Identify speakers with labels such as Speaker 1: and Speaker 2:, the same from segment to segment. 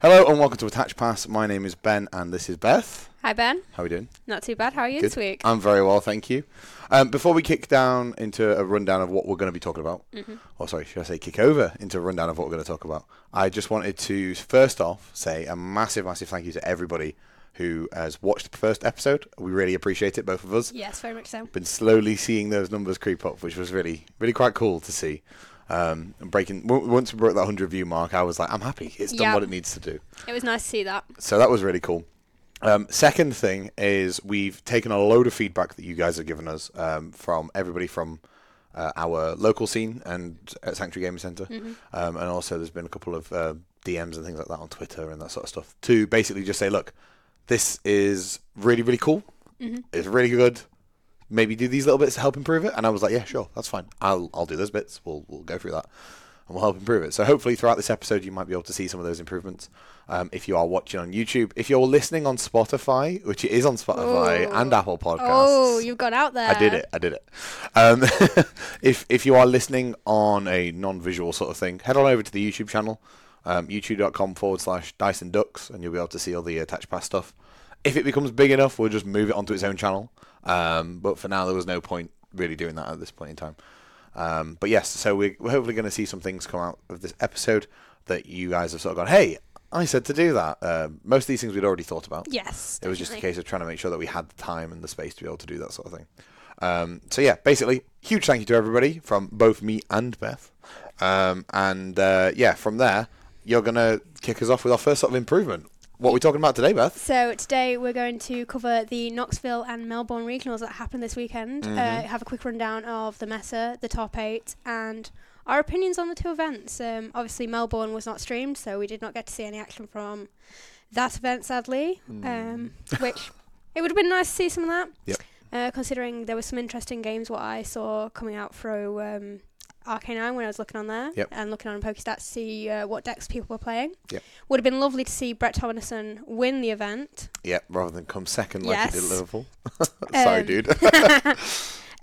Speaker 1: Hello and welcome to Attach Pass. My name is Ben and this is Beth.
Speaker 2: Hi Ben,
Speaker 1: How are we doing?
Speaker 2: not too bad. How are you this week?
Speaker 1: I'm very well, thank you. Um, before we kick down into a rundown of what we're going to be talking about, or sorry, should I say kick over into a rundown of what we're going to talk about, I just wanted to first off say a massive, massive thank you to everybody who has watched the first episode. We really appreciate it, both of us.
Speaker 2: yes, very much so.
Speaker 1: Been slowly seeing those numbers creep up, which was really, really quite cool to see. Um, and breaking w- once we broke that hundred view mark, I was like, I'm happy. It's done
Speaker 2: Yeah.
Speaker 1: what it needs to do.
Speaker 2: It was nice to see that.
Speaker 1: So that was really cool. Um, second thing is we've taken a load of feedback that you guys have given us um, from everybody from uh, our local scene and at Sanctuary Gaming center um, and also there's been a couple of uh, DMs and things like that on Twitter and that sort of stuff to basically just say, look, this is really really cool. It's really good. Maybe do these little bits to help improve it. And I was like, yeah, sure, that's fine. I'll I'll do those bits. We'll we'll go through that and we'll help improve it. So hopefully throughout this episode, you might be able to see some of those improvements. Um, if you are watching on YouTube, if you're listening on Spotify, which it is on Spotify
Speaker 2: Ooh.
Speaker 1: and Apple Podcasts,
Speaker 2: Oh, you've gone out there.
Speaker 1: I did it. I did it. Um, if if you are listening on a non-visual sort of thing, head on over to the YouTube channel, um, youtube.com forward slash Dyson Ducks, and you'll be able to see all the attached pass stuff. If it becomes big enough, we'll just move it onto its own channel. Um, but for now, there was no point really doing that at this point in time. Um, but yes, so we're, we're hopefully going to see some things come out of this episode that you guys have sort of gone, hey, I said to do that. Um most of these things we'd already thought about.
Speaker 2: Yes.
Speaker 1: It was just a
Speaker 2: definitely.
Speaker 1: case of trying to make sure that we had the time and the space to be able to do that sort of thing. Um, so yeah, basically, huge thank you to everybody from both me and Beth. Um, and uh, yeah, from there, you're gonna kick us off with our first sort of improvement. What are we talking about today, Beth?
Speaker 2: So today we're going to cover the Knoxville and Melbourne regionals that happened this weekend.
Speaker 1: Mm-hmm.
Speaker 2: Uh, have a quick rundown of the Mesa, the top eight, and our opinions on the two events. Um, obviously Melbourne was not streamed, so we did not get to see any action from that event, sadly. Um, which it would have been nice to see some of that.
Speaker 1: Hmm. Yep.
Speaker 2: Uh, considering there were some interesting games what I saw coming out through um, RK9 when I was looking on there
Speaker 1: Yep.
Speaker 2: and looking on Pokestats to see uh, what decks people were playing.
Speaker 1: Yep.
Speaker 2: Would have been lovely to see Brett Tomlinson win the event.
Speaker 1: Yeah, rather than come second like you did at
Speaker 2: Yes.
Speaker 1: Liverpool. Sorry,
Speaker 2: Um,
Speaker 1: dude.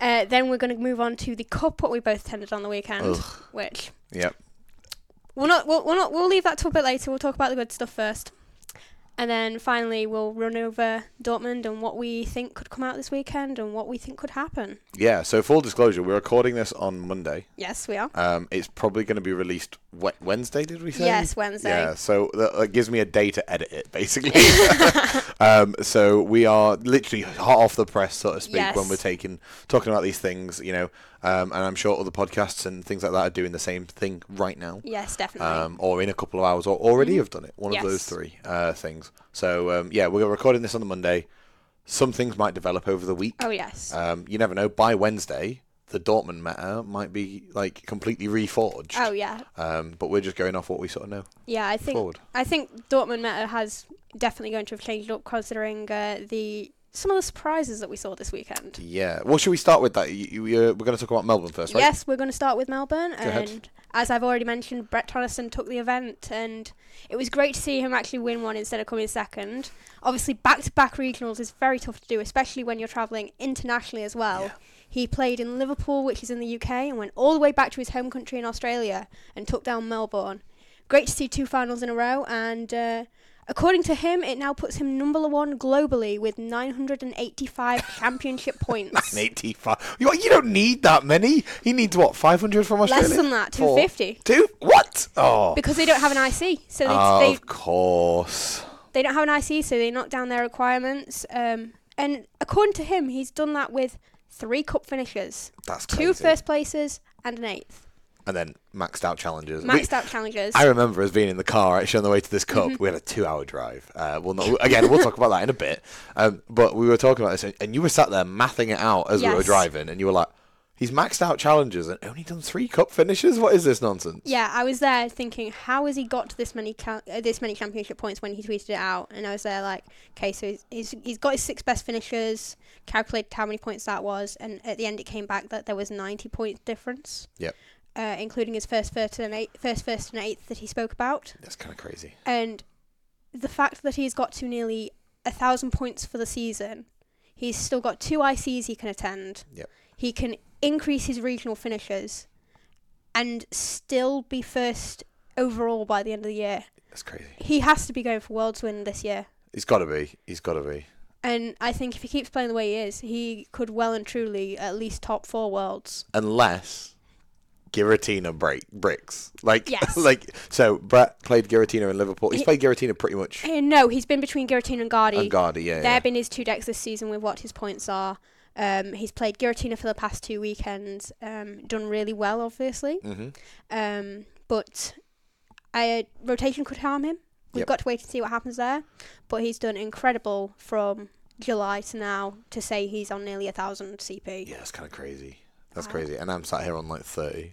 Speaker 2: Uh, then we're going to move on to the cup what we both attended on the weekend,
Speaker 1: Ugh.
Speaker 2: which
Speaker 1: yep.
Speaker 2: we'll not we'll, we'll not we'll leave that to a bit later. We'll talk about the good stuff first, and then finally we'll run over Dortmund and what we think could come out this weekend and what we think could happen.
Speaker 1: Yeah. So full disclosure, we're recording this on Monday.
Speaker 2: Yes, we are.
Speaker 1: Um, it's probably going to be released we- Wednesday. Did we say?
Speaker 2: Yes, Wednesday.
Speaker 1: Yeah, so that, that gives me a day to edit it, basically. um, so we are literally hot off the press, so to speak, when
Speaker 2: Yes.
Speaker 1: we're taking talking about these things, you know. Um, and I'm sure other podcasts and things like that are doing the same thing right now
Speaker 2: Yes, definitely.
Speaker 1: um, or in a couple of hours, or already have done it. One of those
Speaker 2: Mm-hmm. Yes.
Speaker 1: three uh, things. So um, yeah, we're recording this on the Monday. Some things might develop over the week.
Speaker 2: oh yes.
Speaker 1: Um, you never know. By Wednesday, the Dortmund matter might be like completely reforged.
Speaker 2: oh yeah.
Speaker 1: Um, but we're just going off what we sort of know.
Speaker 2: Yeah, I think
Speaker 1: Forward.
Speaker 2: I think Dortmund meta has definitely going to have changed up considering uh, the some of the surprises that we saw this weekend.
Speaker 1: Yeah. Well, should we start with that? You, you, uh, we're going to talk about Melbourne first, right?
Speaker 2: Yes, we're going to start with Melbourne,
Speaker 1: ahead.
Speaker 2: and as I've already mentioned, Brett Tonneson took the event, and it was great to see him actually win one instead of coming second. Obviously, back-to-back regionals is very tough to do, especially when you're travelling internationally as well. He played in Liverpool, which is in the UK, and went all the way back to his home country in Australia and took down Melbourne. Great to see two finals in a row, and uh, according to him, it now puts him number one globally with 985 championship points.
Speaker 1: 85. You, you don't need that many. You need what? 500 from Australia?
Speaker 2: than that,
Speaker 1: Four.
Speaker 2: 250.
Speaker 1: Two? What? Oh.
Speaker 2: because they don't have an IC, so they,
Speaker 1: Ah,
Speaker 2: they,
Speaker 1: of course.
Speaker 2: they don't have an IC, so they knock down their requirements. Um, and according to him, he's done that with three cup finishes,
Speaker 1: That's crazy.
Speaker 2: two first places, and an eighth.
Speaker 1: And then maxed out challenges. We-
Speaker 2: Maxed out Mm-hmm. challenges.
Speaker 1: I remember us being in the car actually on the way to this cup. We had a two-hour drive. Uh, well, not again. We'll talk about that in a bit. Um, but we were talking about this, and, and you were sat there mathing it out as we were
Speaker 2: Yes.
Speaker 1: driving, and you were like, "He's maxed out challenges and only done three cup finishes. What is this nonsense?"
Speaker 2: yeah, I was there thinking, how has he got to this many cal- uh, this many championship points when he tweeted it out? And I was there like, okay, so he's, he's, he's got his six best finishes, calculated how many points that was, and at the end it came back that there was 90 points difference,
Speaker 1: Yep,
Speaker 2: uh, including his first first and eighth, first first and eighth that he spoke about.
Speaker 1: that's kind of crazy.
Speaker 2: and the fact that he's got to nearly a thousand points for the season, he's still got two ICs he can attend.
Speaker 1: Yep.
Speaker 2: He can increase his regional finishes, and still be first overall by the end of the year.
Speaker 1: That's crazy.
Speaker 2: He has to be going for Worlds win this year.
Speaker 1: He's got to be. He's got to be.
Speaker 2: And I think if he keeps playing the way he is, he could well and truly at least top four Worlds.
Speaker 1: Unless Giratina break bricks. Like
Speaker 2: Yes.
Speaker 1: like so Brett played Giratina in Liverpool. He's
Speaker 2: He-
Speaker 1: played Giratina pretty much
Speaker 2: Eh, No, he's been between Giratina and Guardi.
Speaker 1: on Guardi, yeah.
Speaker 2: There
Speaker 1: yeah.
Speaker 2: have been his two decks this season with what his points are. Um, he's played Giratina for the past two weekends, um, done really well, obviously.
Speaker 1: Mhm.
Speaker 2: Um, but I, rotation could harm him. We've
Speaker 1: Yep.
Speaker 2: got to wait and see what happens there. But he's done incredible from July to now to say he's on nearly a thousand CP.
Speaker 1: Yeah, that's kinda crazy. That's
Speaker 2: Wow.
Speaker 1: crazy. And I'm sat here on like thirty.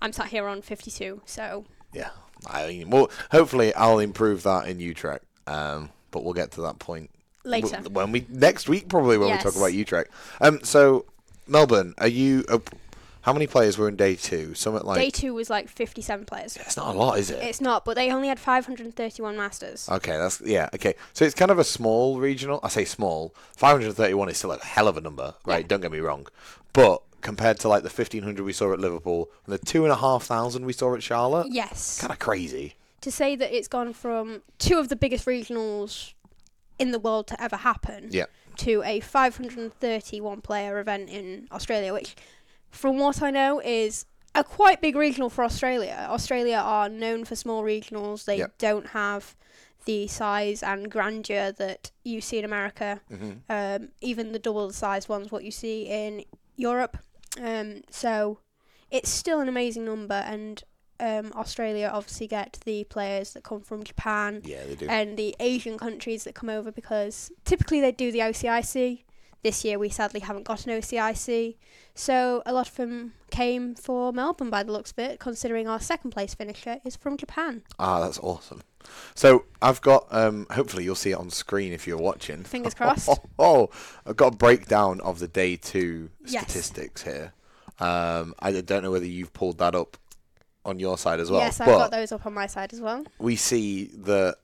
Speaker 2: I'm sat here on 52, so
Speaker 1: Yeah. I mean well hopefully I'll improve that in Utrecht. Um but we'll get to that point w-
Speaker 2: later.
Speaker 1: when we next week probably when we talk
Speaker 2: Yes.
Speaker 1: about Utrecht. Um so Melbourne, are you oh, how many players were in day two? Something like
Speaker 2: Day two was like 57 players.
Speaker 1: it's not a lot, is it?
Speaker 2: It's not, but they only had 531 masters.
Speaker 1: Okay, that's yeah. Okay, so it's kind of a small regional. I say small. Five hundred thirty-one is still a hell of a number, right? Don't get me wrong, but compared to like the fifteen hundred we saw at Liverpool and the two and a half thousand we saw at Charlotte,
Speaker 2: yes.
Speaker 1: kind of crazy.
Speaker 2: to say that it's gone from two of the biggest regionals in the world to ever happen
Speaker 1: Yeah,
Speaker 2: to a 531 player event in Australia, which, from what I know, is a quite big regional for Australia. Australia are known for small regionals, they
Speaker 1: Yeah.
Speaker 2: don't have the size and grandeur that you see in America.
Speaker 1: Mm-hmm.
Speaker 2: Um, even the double the size ones, what you see in Europe. Um, so it's still an amazing number, and um, Australia obviously get the players that come from Japan
Speaker 1: yeah, they do.
Speaker 2: and the Asian countries that come over because typically they do the OCIC. This year we sadly haven't got an OCIC, so a lot of them came for Melbourne by the looks of it. Considering our second place finisher is from Japan,
Speaker 1: Ah, that's awesome. So I've got. Um, hopefully, you'll see it on screen if you're watching.
Speaker 2: Fingers crossed.
Speaker 1: Oh, oh, I've got a breakdown of the day two
Speaker 2: Yes.
Speaker 1: statistics here. Um, I don't know whether you've pulled that up on your side as well.
Speaker 2: yes, I've
Speaker 1: but
Speaker 2: got those up on my side as well.
Speaker 1: we see that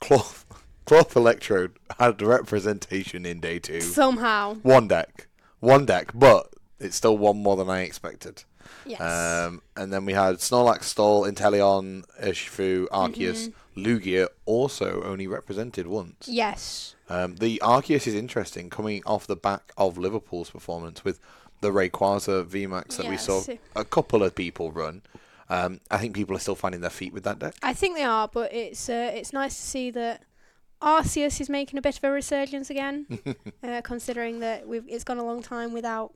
Speaker 1: cloth cloth electrode had representation in day two.
Speaker 2: Somehow,
Speaker 1: One deck, one deck, but it's still one more than I expected.
Speaker 2: yes,
Speaker 1: Um, and then we had Snorlax, Stall, Inteleon, Urshifu, Arceus,
Speaker 2: Mm-hmm.
Speaker 1: Lugia, also only represented once.
Speaker 2: yes,
Speaker 1: Um, the Arceus is interesting, coming off the back of Liverpool's performance with the Rayquaza VMAX that we saw
Speaker 2: Yes.
Speaker 1: a couple of people run. Um, I think people are still finding their feet with that deck.
Speaker 2: I think they are, but it's uh, it's nice to see that. Arceus is making a bit of a resurgence again, uh, considering that we've it's gone a long time without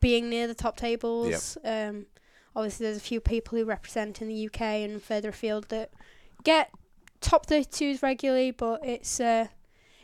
Speaker 2: being near the top tables. Um, obviously, there's a few people who represent in the UK and further afield that get top 32s regularly, but it's uh,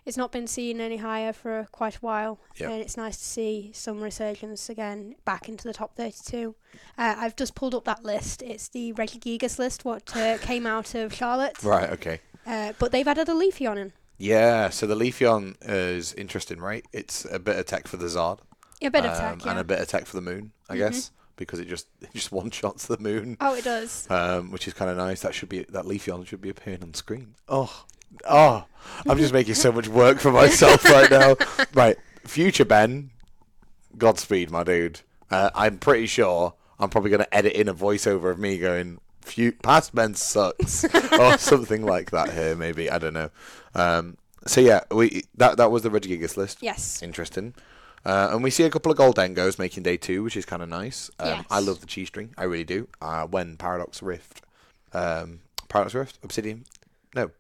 Speaker 2: it's not been seen any higher for quite a while.
Speaker 1: Yep.
Speaker 2: And it's nice to see some resurgence again back into the top 32. Uh, I've just pulled up that list. It's the Reggie Gigas list, what uh, came out of Charlotte.
Speaker 1: Right, okay.
Speaker 2: Uh, but they've added a leafy on in.
Speaker 1: Yeah, so the Leafeon is interesting, right? It's a bit of tech for the Zard,
Speaker 2: A bit of
Speaker 1: um,
Speaker 2: tech, yeah. Mm-hmm.
Speaker 1: and a bit of tech for the Moon, I guess, because it just it just one shots the Moon,
Speaker 2: oh, it does.
Speaker 1: um, which is kind of nice. That should be that Leafeon should be appearing on screen. Oh, oh, I'm just making so much work for myself right now. Right, future Ben, Godspeed, my dude. Uh, I'm pretty sure I'm probably going to edit in a voiceover of me going, Few, past Ben sucks, or something like that here, maybe. I don't know. Um, so, yeah, we that that was the Regigigas list.
Speaker 2: Yes.
Speaker 1: Interesting. Uh, and we see a couple of Goldengos making day two, which is kind of nice. Um,
Speaker 2: Yes.
Speaker 1: I love the cheese string. I really do. Uh, when Paradox Rift. Um, Paradox Rift? Obsidian? No.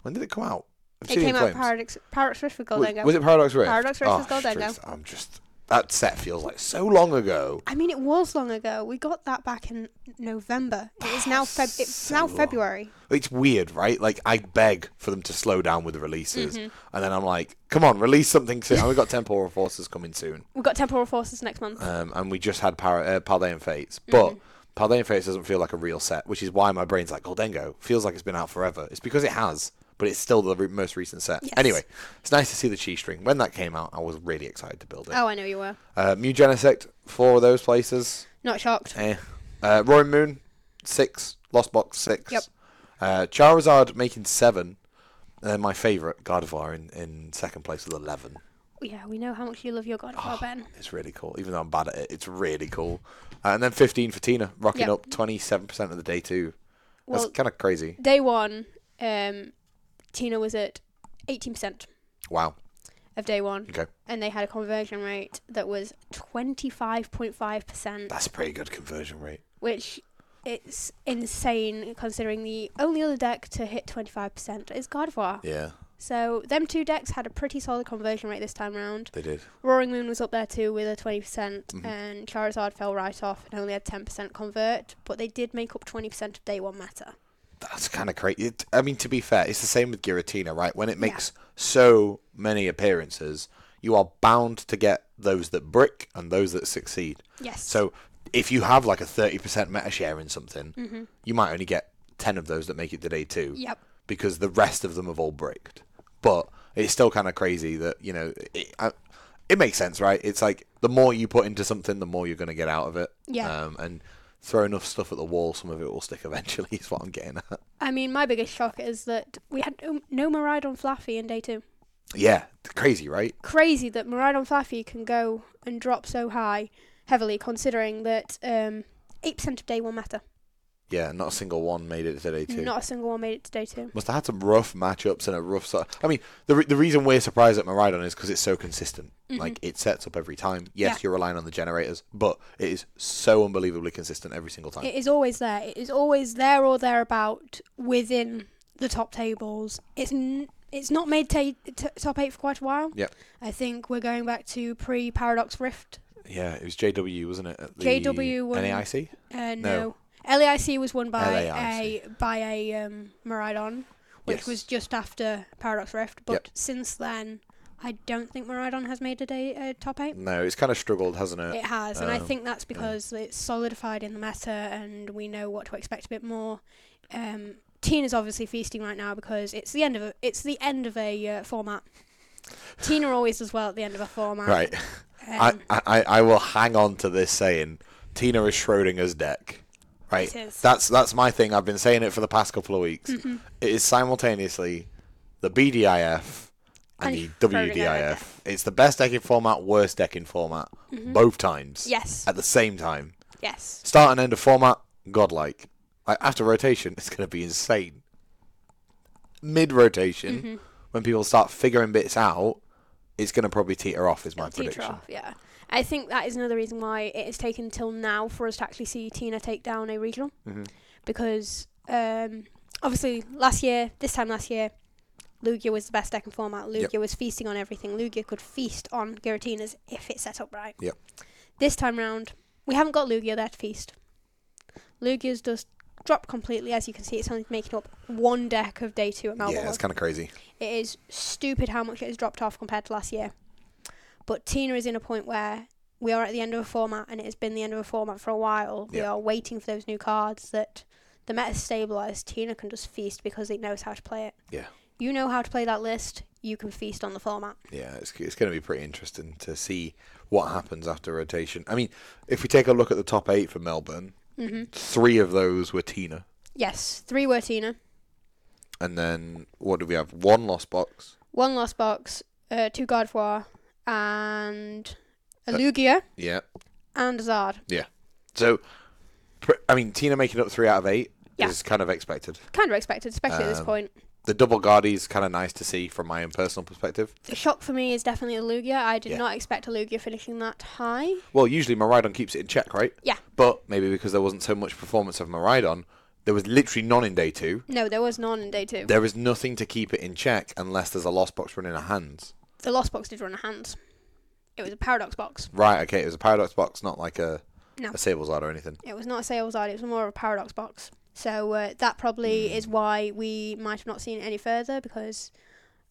Speaker 1: When did it come out?
Speaker 2: It came out
Speaker 1: Flames.
Speaker 2: Paradox, Paradox Rift with
Speaker 1: Was-
Speaker 2: Goldengo.
Speaker 1: Was it Paradox Rift?
Speaker 2: Paradox Rift was
Speaker 1: sh-
Speaker 2: Goldengo.
Speaker 1: truth, I'm just that set feels like so long ago.
Speaker 2: I mean, it was long ago. We got that back in November. It is now Feb. It's
Speaker 1: So
Speaker 2: now
Speaker 1: long.
Speaker 2: February.
Speaker 1: It's weird, right? Like I beg for them to slow down with the releases,
Speaker 2: Mm-hmm.
Speaker 1: and then I'm like, "Come on, release something soon." and we got Temporal Forces coming soon,
Speaker 2: We've got Temporal Forces next month.
Speaker 1: um, and we just had Par- uh, Paldean Fates, but
Speaker 2: Mm-hmm.
Speaker 1: Paldean Fates doesn't feel like a real set, which is why my brain's like, "Goldengo feels like it's been out forever." It's because it has, but it's still the re- most recent set.
Speaker 2: Yes.
Speaker 1: Anyway, it's nice to see the cheese string. When that came out, I was really excited to build it.
Speaker 2: oh, I know you were.
Speaker 1: Uh, Mew Genesect, four of those places.
Speaker 2: Not shocked.
Speaker 1: Eh. Uh, Roaring Moon, six. Lost Box, six.
Speaker 2: Yep.
Speaker 1: Uh, Charizard making seven. And then my favourite, Gardevoir, in, in second place with 11.
Speaker 2: Yeah, we know how much you love your God of
Speaker 1: Ah.
Speaker 2: War, Ben.
Speaker 1: It's really cool. Even though I'm bad at it, it's really cool. Uh, and then 15 for Tina, rocking
Speaker 2: Yep.
Speaker 1: up 27% of the day, too. That's
Speaker 2: Well-
Speaker 1: kind of crazy.
Speaker 2: Day one, um, Tina was at 18%
Speaker 1: Wow.
Speaker 2: of day one,
Speaker 1: Okay.
Speaker 2: and they had a conversion rate that was 25.5%,
Speaker 1: That's a pretty good conversion rate.
Speaker 2: which it's insane considering the only other deck to hit 25% is Gardevoir.
Speaker 1: Yeah,
Speaker 2: So them two decks had a pretty solid conversion rate this time round.
Speaker 1: they did.
Speaker 2: Roaring Moon was up there too with a 20%, percent
Speaker 1: Mhm.
Speaker 2: and Charizard fell right off and only had 10% convert, but they did make up 20% of day one matter.
Speaker 1: That's kind of crazy. It, I mean, to be fair, it's the same with Giratina, right? When it
Speaker 2: Yeah.
Speaker 1: makes so many appearances, you are bound to get those that brick and those that succeed.
Speaker 2: Yes.
Speaker 1: So if you have like a 30% meta share in something,
Speaker 2: Mm-hmm.
Speaker 1: you might only get 10 of those that make it to day two
Speaker 2: Yep.
Speaker 1: because the rest of them have all bricked. But it's still kind of crazy that, you know, it, I, it makes sense, right? It's like the more you put into something, the more you're going to get out of it.
Speaker 2: Yeah.
Speaker 1: Um, and throw enough stuff at the wall, some of it will stick eventually, is what I'm getting at.
Speaker 2: I mean, my biggest shock is that we had no, no Maridon Fluffy in day two.
Speaker 1: Yeah, crazy, right?
Speaker 2: Crazy that Maridon Fluffy can go and drop so high, heavily, considering that um, 8% of day one matter.
Speaker 1: Yeah, not a single one made it to day two.
Speaker 2: Not a single one made it to day two.
Speaker 1: Must have had some rough matchups and a rough. Sort I mean, the re- the reason we're surprised at Maridon is because it's so consistent. Like it sets up every time. Yes,
Speaker 2: Mm-hmm. Yeah.
Speaker 1: you're relying on the generators, but it is so unbelievably consistent every single time.
Speaker 2: It is always there. It is always there or thereabout within the top tables. It's n- it's not made ta- t- top eight for quite a while.
Speaker 1: Yep.
Speaker 2: I think we're going back to pre Paradox Rift.
Speaker 1: yeah, it was JW, wasn't it? At the
Speaker 2: JW won-
Speaker 1: NAIC. No.
Speaker 2: Uh, no. LAIC was won by
Speaker 1: LAIC.
Speaker 2: a by a um, Maridon, which
Speaker 1: Yes.
Speaker 2: was just after Paradox Rift. But
Speaker 1: Yep.
Speaker 2: since then, I don't think Maridon has made a day uh, top eight.
Speaker 1: No, it's kind of struggled, hasn't it?
Speaker 2: It has, and I
Speaker 1: Um,
Speaker 2: think that's because it's solidified in the meta, and we know what to expect a bit more. Um, Tina's obviously feasting right now because it's the end of a, it's the end of a uh, format. Tina always does well at the end of a format.
Speaker 1: Right. I
Speaker 2: Um,
Speaker 1: I, I I will hang on to this saying. Tina is Schrodinger's deck. Right.
Speaker 2: It is.
Speaker 1: That's that's my thing. I've been saying it for the past couple of weeks. It is simultaneously the BDIF and
Speaker 2: And
Speaker 1: the
Speaker 2: Schrödinger
Speaker 1: WDIF. It's the best deck in format, worst deck in format, both times.
Speaker 2: Mm-hmm. yes.
Speaker 1: At the same time.
Speaker 2: yes.
Speaker 1: Start and end of format, godlike. Like after rotation, it's going to be insane. Mid rotation,
Speaker 2: Mm-hmm.
Speaker 1: when people start figuring bits out, it's going to probably teeter off. Is my
Speaker 2: Teeter
Speaker 1: prediction.
Speaker 2: off. Yeah. I think that is another reason why it has taken till now for us to actually see Tina take down a regional,
Speaker 1: Mm-hmm.
Speaker 2: because um, obviously last year, this time last year, Lugia was the best deck in format. Lugia
Speaker 1: Yep.
Speaker 2: was feasting on everything. Lugia could feast on Giratinas if it's set up right.
Speaker 1: Yep.
Speaker 2: This time round, we haven't got Lugia there to feast. Lugia's just dropped completely. As you can see, it's only making up one deck of day two at Melbourne.
Speaker 1: Yeah, it's kind of crazy.
Speaker 2: It is stupid how much it has dropped off compared to last year. But Tina is in a point where we are at the end of a format, and it has been the end of a format for a while. We
Speaker 1: Yeah.
Speaker 2: are waiting for those new cards that the meta stabilised. Tina can just feast because it knows how to play it.
Speaker 1: Yeah.
Speaker 2: You know how to play that list. You can feast on the format.
Speaker 1: Yeah, it's it's going to be pretty interesting to see what happens after rotation. I mean, if we take a look at the top eight for Melbourne,
Speaker 2: Mm-hmm.
Speaker 1: three of those were Tina,
Speaker 2: Yes, three were Tina.
Speaker 1: and then what do we have? One lost box.
Speaker 2: One lost box, uh, two Gardevoir, and
Speaker 1: Uh,
Speaker 2: a Lugia
Speaker 1: Yeah,
Speaker 2: and a Zard.
Speaker 1: yeah. So, pr- I mean, Tina making up three out of eight
Speaker 2: Yeah.
Speaker 1: is kind of expected.
Speaker 2: Kind of expected, especially at this
Speaker 1: Um,
Speaker 2: point.
Speaker 1: The double guardy is kind of nice to see from my own personal perspective.
Speaker 2: The shock for me is definitely a Lugia. I did
Speaker 1: Yeah.
Speaker 2: not expect a Lugia finishing that high.
Speaker 1: Well, usually Maridon keeps it in check, right?
Speaker 2: Yeah.
Speaker 1: But maybe because there wasn't so much performance of Maridon, there was literally none in day two.
Speaker 2: No, there was none in day two.
Speaker 1: There is nothing to keep it in check unless there's a lost box running a hands.
Speaker 2: The lost box did run a hand. It was a paradox box.
Speaker 1: Right, okay, it was a paradox box, not like a
Speaker 2: No.
Speaker 1: a Sable's Art or anything.
Speaker 2: It was not a sales side. It was more of a paradox box. So uh, that probably
Speaker 1: Hmm.
Speaker 2: is why we might have not seen it any further because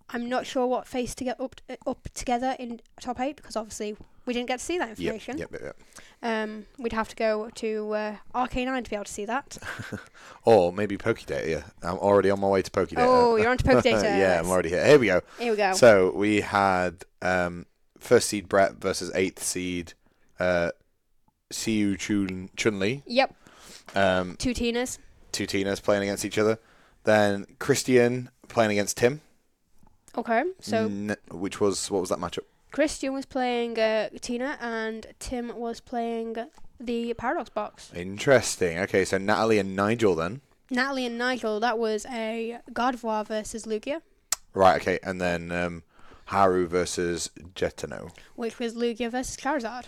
Speaker 2: I'm not sure what face to get up uh, up together in top eight because obviously we didn't get to see that
Speaker 1: Yep,
Speaker 2: information.
Speaker 1: yep, yep, yep.
Speaker 2: Um, we'd have to go to uh, RK9 to be able to see that.
Speaker 1: Or maybe Pokedata, yeah. I'm already on my way to Pokedata.
Speaker 2: Oh, you're onto Pokedata.
Speaker 1: yeah, I'm already here. Here we go.
Speaker 2: Here we go.
Speaker 1: So we had um, first seed Brett versus eighth seed uh, Siu Chun Chun Li.
Speaker 2: yep,
Speaker 1: Um,
Speaker 2: two Tinas.
Speaker 1: two Tinas playing against each other. Then Christian playing against Tim,
Speaker 2: Okay, so
Speaker 1: n- which was what was that matchup?
Speaker 2: Christian was playing uh, Tina and Tim was playing the Paradox Box.
Speaker 1: Interesting. Okay, so Natalie and Nigel then.
Speaker 2: Natalie and Nigel, that was a Gardevoir versus Lugia,
Speaker 1: Right, okay, and then um, Haru versus Jetano.
Speaker 2: which was Lugia versus Charizard.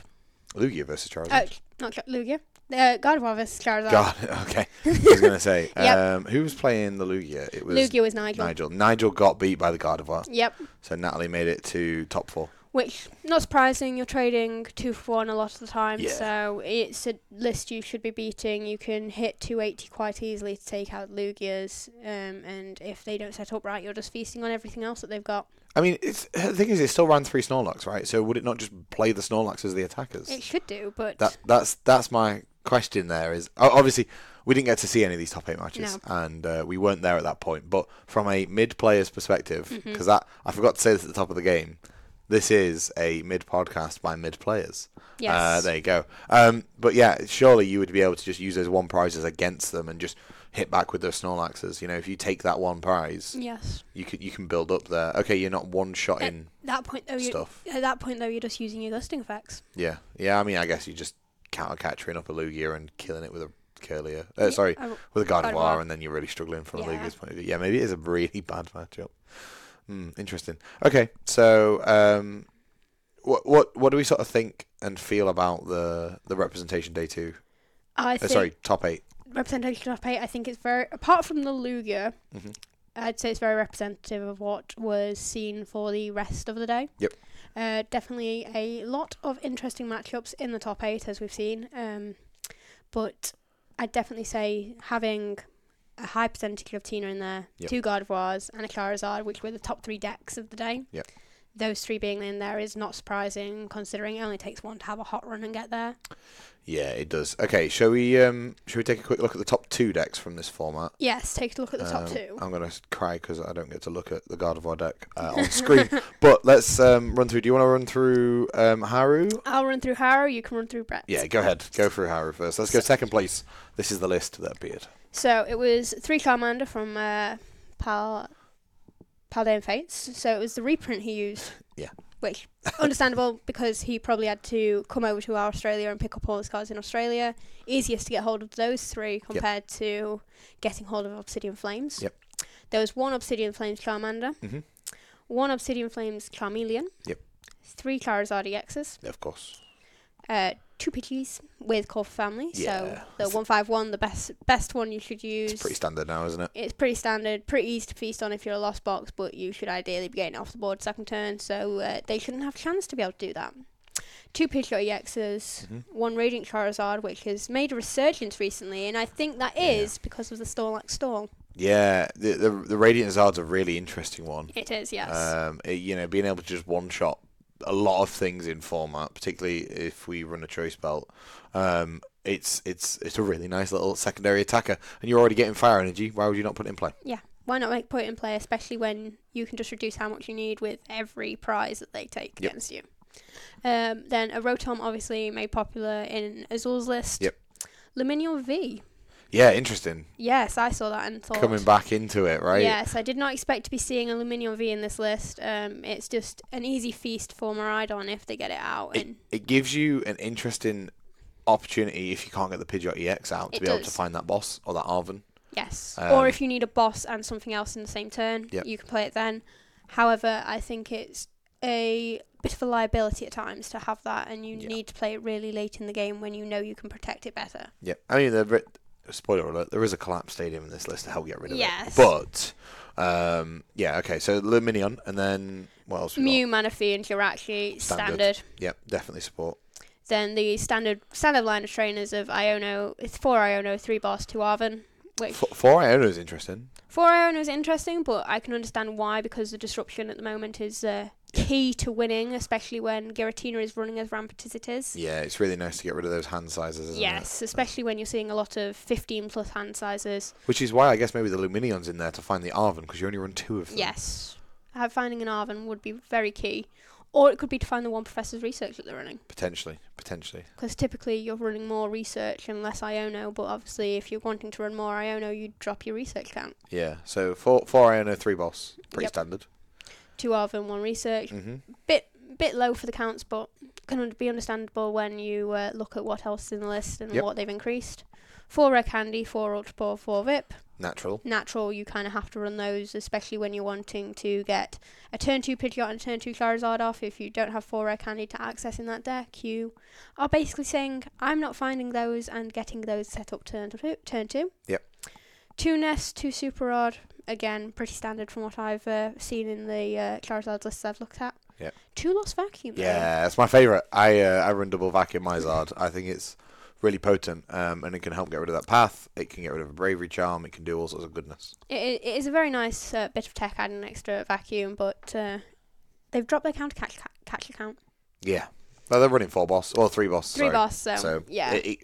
Speaker 1: Lugia versus Charizard.
Speaker 2: Oh, not Char- Lugia. Uh, Gardevoir versus Charizard.
Speaker 1: God, okay. I was going to say,
Speaker 2: Yep.
Speaker 1: um, who was playing the Lugia? It was
Speaker 2: Lugia was Nigel.
Speaker 1: Nigel. Nigel got beat by the Gardevoir,
Speaker 2: Yep.
Speaker 1: so Natalie made it to top four.
Speaker 2: Which, not surprising, you're trading two for one a lot of the time,
Speaker 1: Yeah.
Speaker 2: so it's a list you should be beating. You can hit 280 quite easily to take out Lugias, um, and if they don't set up right, you're just feasting on everything else that they've got.
Speaker 1: I mean, it's, the thing is, it still ran three Snorlax, right? So would it not just play the Snorlax as the attackers?
Speaker 2: It should do, but
Speaker 1: That that's that's my question. There is o- obviously we didn't get to see any of these top eight matches, and uh, we weren't there at that point. But from a mid player's perspective,
Speaker 2: Mm-hmm.
Speaker 1: because that I forgot to say this at the top of the game, this is a mid podcast by mid players.
Speaker 2: Yes.
Speaker 1: Uh, there you go. Um, but yeah, surely you would be able to just use those one prizes against them and just hit back with those Snorlaxes. You know, if you take that one prize,
Speaker 2: yes.
Speaker 1: you can you can build up there. Okay, you're not one shot
Speaker 2: Uh,
Speaker 1: in
Speaker 2: That point though, you
Speaker 1: stuff.
Speaker 2: at that point though, you're just using your ghosting effects.
Speaker 1: Yeah, yeah. I mean, I guess you just counter catching up a Lugia and killing it with a curlier. Uh, sorry,
Speaker 2: I-
Speaker 1: with a Gardevoir,
Speaker 2: Gardevoir.
Speaker 1: and then you're really struggling from a
Speaker 2: Yeah.
Speaker 1: Lugia's point of view. Yeah, maybe it is a really bad matchup. Hmm, interesting. Okay, so um, what what what do we sort of think and feel about the the representation day two?
Speaker 2: I
Speaker 1: Uh,
Speaker 2: think
Speaker 1: sorry, top eight.
Speaker 2: representation of eight. I think it's very apart from the Lugia.
Speaker 1: Mhm.
Speaker 2: I'd say it's very representative of what was seen for the rest of the day.
Speaker 1: Yep.
Speaker 2: Uh, definitely a lot of interesting matchups in the top eight, as we've seen. Um, but I'd definitely say having a high percentage of Tina in there,
Speaker 1: Yep.
Speaker 2: two Gardevoirs and a Charizard, which were the top three decks of the day.
Speaker 1: Yep.
Speaker 2: Those three being in there is not surprising, considering it only takes one to have a hot run and get there.
Speaker 1: Yeah, it does. Okay, shall we um shall we take a quick look at the top two decks from this format?
Speaker 2: Yes, take a look at the
Speaker 1: Um,
Speaker 2: top two.
Speaker 1: I'm gonna s- cry because I don't get to look at the Gardevoir deck uh, on screen. But let's um, run through. Do you want to run through um, Haru?
Speaker 2: I'll run through Harrow, you can run through Brett.
Speaker 1: Yeah, go ahead. Go through Haru first. Let's go second place. This is the list that appeared.
Speaker 2: So it was three Charmander from uh, Pal Paldean Fates. So it was the reprint he used.
Speaker 1: Yeah.
Speaker 2: Which understandable because he probably had to come over to our Australia and pick up all his cards in Australia. Easiest to get hold of those three compared to getting hold of Obsidian Flames.
Speaker 1: Yep.
Speaker 2: There was one Obsidian Flames Charmander,
Speaker 1: Mhm.
Speaker 2: one Obsidian Flames Charmeleon.
Speaker 1: Yep.
Speaker 2: Three Charizard EXs,
Speaker 1: Of course.
Speaker 2: uh, two Pidgeys with Core for Family.
Speaker 1: Yeah.
Speaker 2: So the one five one, the best best one you should use
Speaker 1: It's pretty standard now, isn't it?
Speaker 2: it's pretty standard, pretty easy to feast on if you're a lost box, but you should ideally be getting it off the board second turn, so uh, they shouldn't have a chance to be able to do that. Two Pidgeot EXs,
Speaker 1: Mm-hmm.
Speaker 2: one Radiant Charizard, which has made a resurgence recently, and I think that is because of the Snorlax stall.
Speaker 1: Yeah, the the, the Radiant Zard's a really interesting one.
Speaker 2: It is, yes.
Speaker 1: Um, it- you know, being able to just one shot a lot of things in format, particularly if we run a choice belt. Um, it's it's it's a really nice little secondary attacker, and you're already getting fire energy. Why would you not put it in play?
Speaker 2: yeah. Why not make point in play, especially when you can just reduce how much you need with every prize that they take
Speaker 1: Yep.
Speaker 2: against you? Um, then a Rotom, obviously made popular in Azul's list.
Speaker 1: Yep.
Speaker 2: Luminio V.
Speaker 1: Yeah, interesting.
Speaker 2: Yes, I saw that and thought.
Speaker 1: Coming back into it, right?
Speaker 2: Yes, I did not expect to be seeing Aluminium V in this list. Um, it's just an easy feast for Maridon if they get it out.
Speaker 1: It,
Speaker 2: And
Speaker 1: it gives you an interesting opportunity if you can't get the Pidgeot EX out to
Speaker 2: It
Speaker 1: be able to
Speaker 2: does.
Speaker 1: find that boss or that Arven.
Speaker 2: yes,
Speaker 1: um,
Speaker 2: or if you need a boss and something else in the same turn,
Speaker 1: Yep.
Speaker 2: you can play it then. However, I think it's a bit of a liability at times to have that, and you
Speaker 1: Yeah.
Speaker 2: need to play it really late in the game when you know you can protect it better.
Speaker 1: Yeah, I mean, the, re- spoiler alert: there is a collapse stadium in this list to help get rid of
Speaker 2: Yes.
Speaker 1: it. But um, yeah, okay. So Luminion, and then what else? We
Speaker 2: Mew, Manaphy, and
Speaker 1: Standard.
Speaker 2: Jirachi standard.
Speaker 1: got? Yep, definitely support.
Speaker 2: Then the standard standard line of trainers of Iono. It's four Iono, three Boss, two Arvin. Which
Speaker 1: F- four Iono is interesting.
Speaker 2: Four Iron was interesting, but I can understand why because the disruption at the moment is uh, key to winning, especially when Giratina is running as rampant as it is.
Speaker 1: Yeah, it's really nice to get rid of those hand sizes. Isn't
Speaker 2: Yes, especially when you're seeing a lot of 15 plus hand sizes.
Speaker 1: it? which is why I guess maybe the Luminion's in there to find the Arven because you only run two of them.
Speaker 2: Yes, uh, finding an Arvin would be very key. Or it could be to find the one professor's research that they're running.
Speaker 1: potentially, potentially.
Speaker 2: Because typically you're running more research and less Iono, but obviously if you're wanting to run more Iono, you drop your research count.
Speaker 1: Yeah. So four four Iono, three boss, pretty
Speaker 2: Yep.
Speaker 1: standard.
Speaker 2: Two Arvin, one research.
Speaker 1: hmm
Speaker 2: Bit bit low for the counts, but can un- be understandable when you uh, look at what else is in the list and
Speaker 1: Yep.
Speaker 2: what they've increased. Four rare candy, four ultra pour, four vip.
Speaker 1: Natural.
Speaker 2: Natural, you kind of have to run those, especially when you're wanting to get a turn two Pidgeot and a turn two Charizard off. If you don't have four rare candy to access in that deck, you are basically saying, "I'm not finding those and getting those set up turn two." Turn two.
Speaker 1: Yep.
Speaker 2: Two Nest, two Super Rod. Again, pretty standard from what I've uh, seen in the uh, Charizard lists I've looked at.
Speaker 1: Yep.
Speaker 2: Two Lost Vacuum. though.
Speaker 1: Yeah, it's my favorite. I uh, I run double vacuum Izard. I think it's really potent, um, and it can help get rid of that path. It can get rid of a bravery charm. It can do all sorts of goodness.
Speaker 2: It, it- it is a very nice uh, bit of tech adding an extra vacuum, but uh, they've dropped their counter catch, catch account.
Speaker 1: Yeah, but they're running four boss or three boss.
Speaker 2: Three
Speaker 1: sorry.
Speaker 2: boss, so,
Speaker 1: So
Speaker 2: yeah.
Speaker 1: it- it-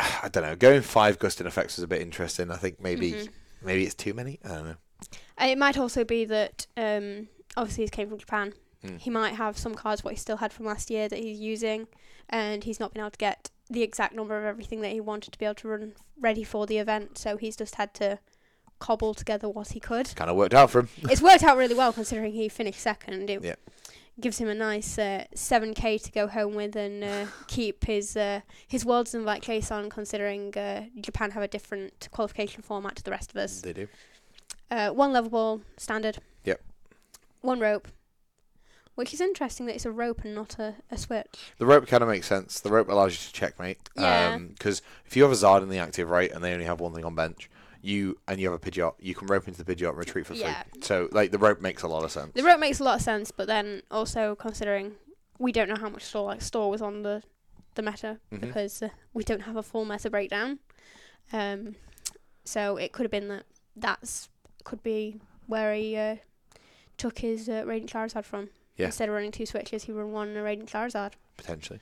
Speaker 1: I don't know. Going five gusting effects was a bit interesting. I think maybe maybe it's too many. I don't know.
Speaker 2: Mm-hmm. Uh, It might also be that um, obviously he came from Japan.
Speaker 1: Mm.
Speaker 2: He might have some cards what he still had from last year that he's using, and he's not been able to get the exact number of everything that he wanted to be able to run ready for the event. So he's just had to cobble together what he could.
Speaker 1: Kind of worked out for him.
Speaker 2: it's worked out really well considering he finished second. It
Speaker 1: Yeah.
Speaker 2: gives him a nice uh, seven k to go home with and uh, keep his uh, his worlds invite case on. Considering uh, Japan have a different qualification format to the rest of us.
Speaker 1: They do.
Speaker 2: Uh, one level ball standard.
Speaker 1: Yep.
Speaker 2: One rope, which is interesting that it's a rope and not a, a switch.
Speaker 1: The rope kind of makes sense. The rope allows you to checkmate.
Speaker 2: Yeah.
Speaker 1: Because if you have a Zard in the active right and they only have one thing on bench, you and you have a Pidgeot, you can rope into the Pidgeot and retreat for free.
Speaker 2: Yeah.
Speaker 1: So like the rope makes a lot of sense.
Speaker 2: The rope makes a lot of sense, but then also considering we don't know how much store like store was on the the meta
Speaker 1: Mhm.
Speaker 2: because uh, we don't have a full meta breakdown. Um, so it could have been that that's could be where he uh, took his uh, Radiant Charizard from.
Speaker 1: Yeah.
Speaker 2: Instead of running two switches, he ran one Radiant Charizard.
Speaker 1: Potentially.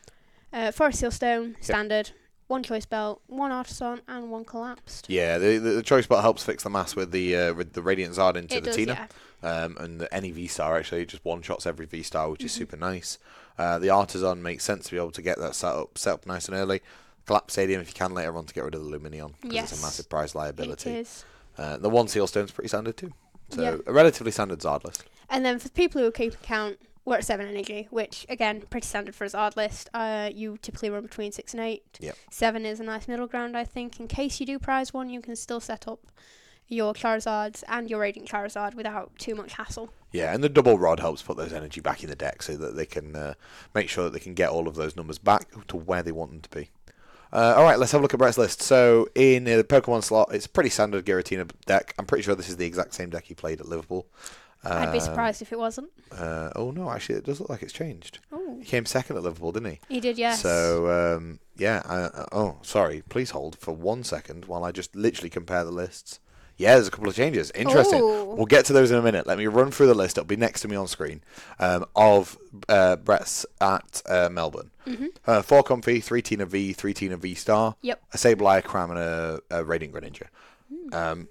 Speaker 2: Uh, Forest Seal Stone, standard, one Choice Belt, one Artisan, and one Collapsed.
Speaker 1: Yeah, the, the, the choice bot helps fix the mass with the uh, with the Radiant Zard into
Speaker 2: it
Speaker 1: the
Speaker 2: does,
Speaker 1: Tina.
Speaker 2: yeah.
Speaker 1: um, and the, any V star actually it just one shots every V star, which is
Speaker 2: Mm-hmm.
Speaker 1: super nice. Uh, the artisan makes sense to be able to get that set up set up nice and early. Collapse Stadium if you can later on to get rid of the Luminion because it's
Speaker 2: Yes.
Speaker 1: a massive prize
Speaker 2: It
Speaker 1: liability.
Speaker 2: is.
Speaker 1: Uh, the one seal stone's pretty standard too, so
Speaker 2: Yeah.
Speaker 1: a relatively standard Zard list.
Speaker 2: And then for the people who keep count, we're at seven energy, which again pretty standard for a Zard list. Uh, you typically run between six and eight.
Speaker 1: Yep.
Speaker 2: Seven is a nice middle ground, I think. In case you do prize one, you can still set up your Charizards and your Radiant Charizard without too much hassle.
Speaker 1: Yeah, and the double rod helps put those energy back in the deck so that they can uh, make sure that they can get all of those numbers back to where they want them to be. Uh, all right, let's have a look at Brett's list. So in uh, the Pokemon slot, it's a pretty standard Giratina deck. I'm pretty sure this is the exact same deck he played at Liverpool.
Speaker 2: I'd be
Speaker 1: Um,
Speaker 2: surprised if it wasn't.
Speaker 1: Uh, oh no, actually, it does look like it's changed.
Speaker 2: Oh,
Speaker 1: He came second at Liverpool, didn't he?
Speaker 2: he did, yes.
Speaker 1: So um, yeah. I, I- oh, sorry. Please hold for one second while I just literally compare the lists. Yeah, there's a couple of changes. Interesting.
Speaker 2: Ooh.
Speaker 1: We'll get to those in a minute. Let me run through the list. It'll be next to me on screen um, of uh, Brett's at uh, Melbourne.
Speaker 2: Mm-hmm.
Speaker 1: Uh, four Comfy, three Tina V, three Tina V Star,
Speaker 2: Yep.
Speaker 1: a Sableye, a Cram, and a, a Radiant Greninja. Um,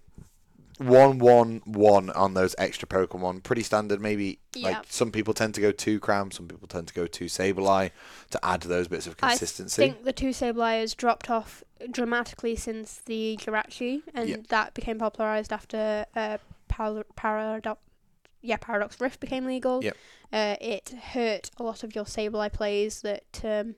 Speaker 1: one, one, one on those extra Pokemon. Pretty standard, maybe.
Speaker 2: Yeah.
Speaker 1: Like some people tend to go two Cram, some people tend to go two Sableye to add to those bits of consistency.
Speaker 2: I think the two Sableye's dropped off dramatically since the Jirachi, and
Speaker 1: Yeah.
Speaker 2: that became popularized after uh, Par- Paradox. Yeah, Paradox Rift became legal.
Speaker 1: Yep.
Speaker 2: Uh, it hurt a lot of your Sableye plays that um,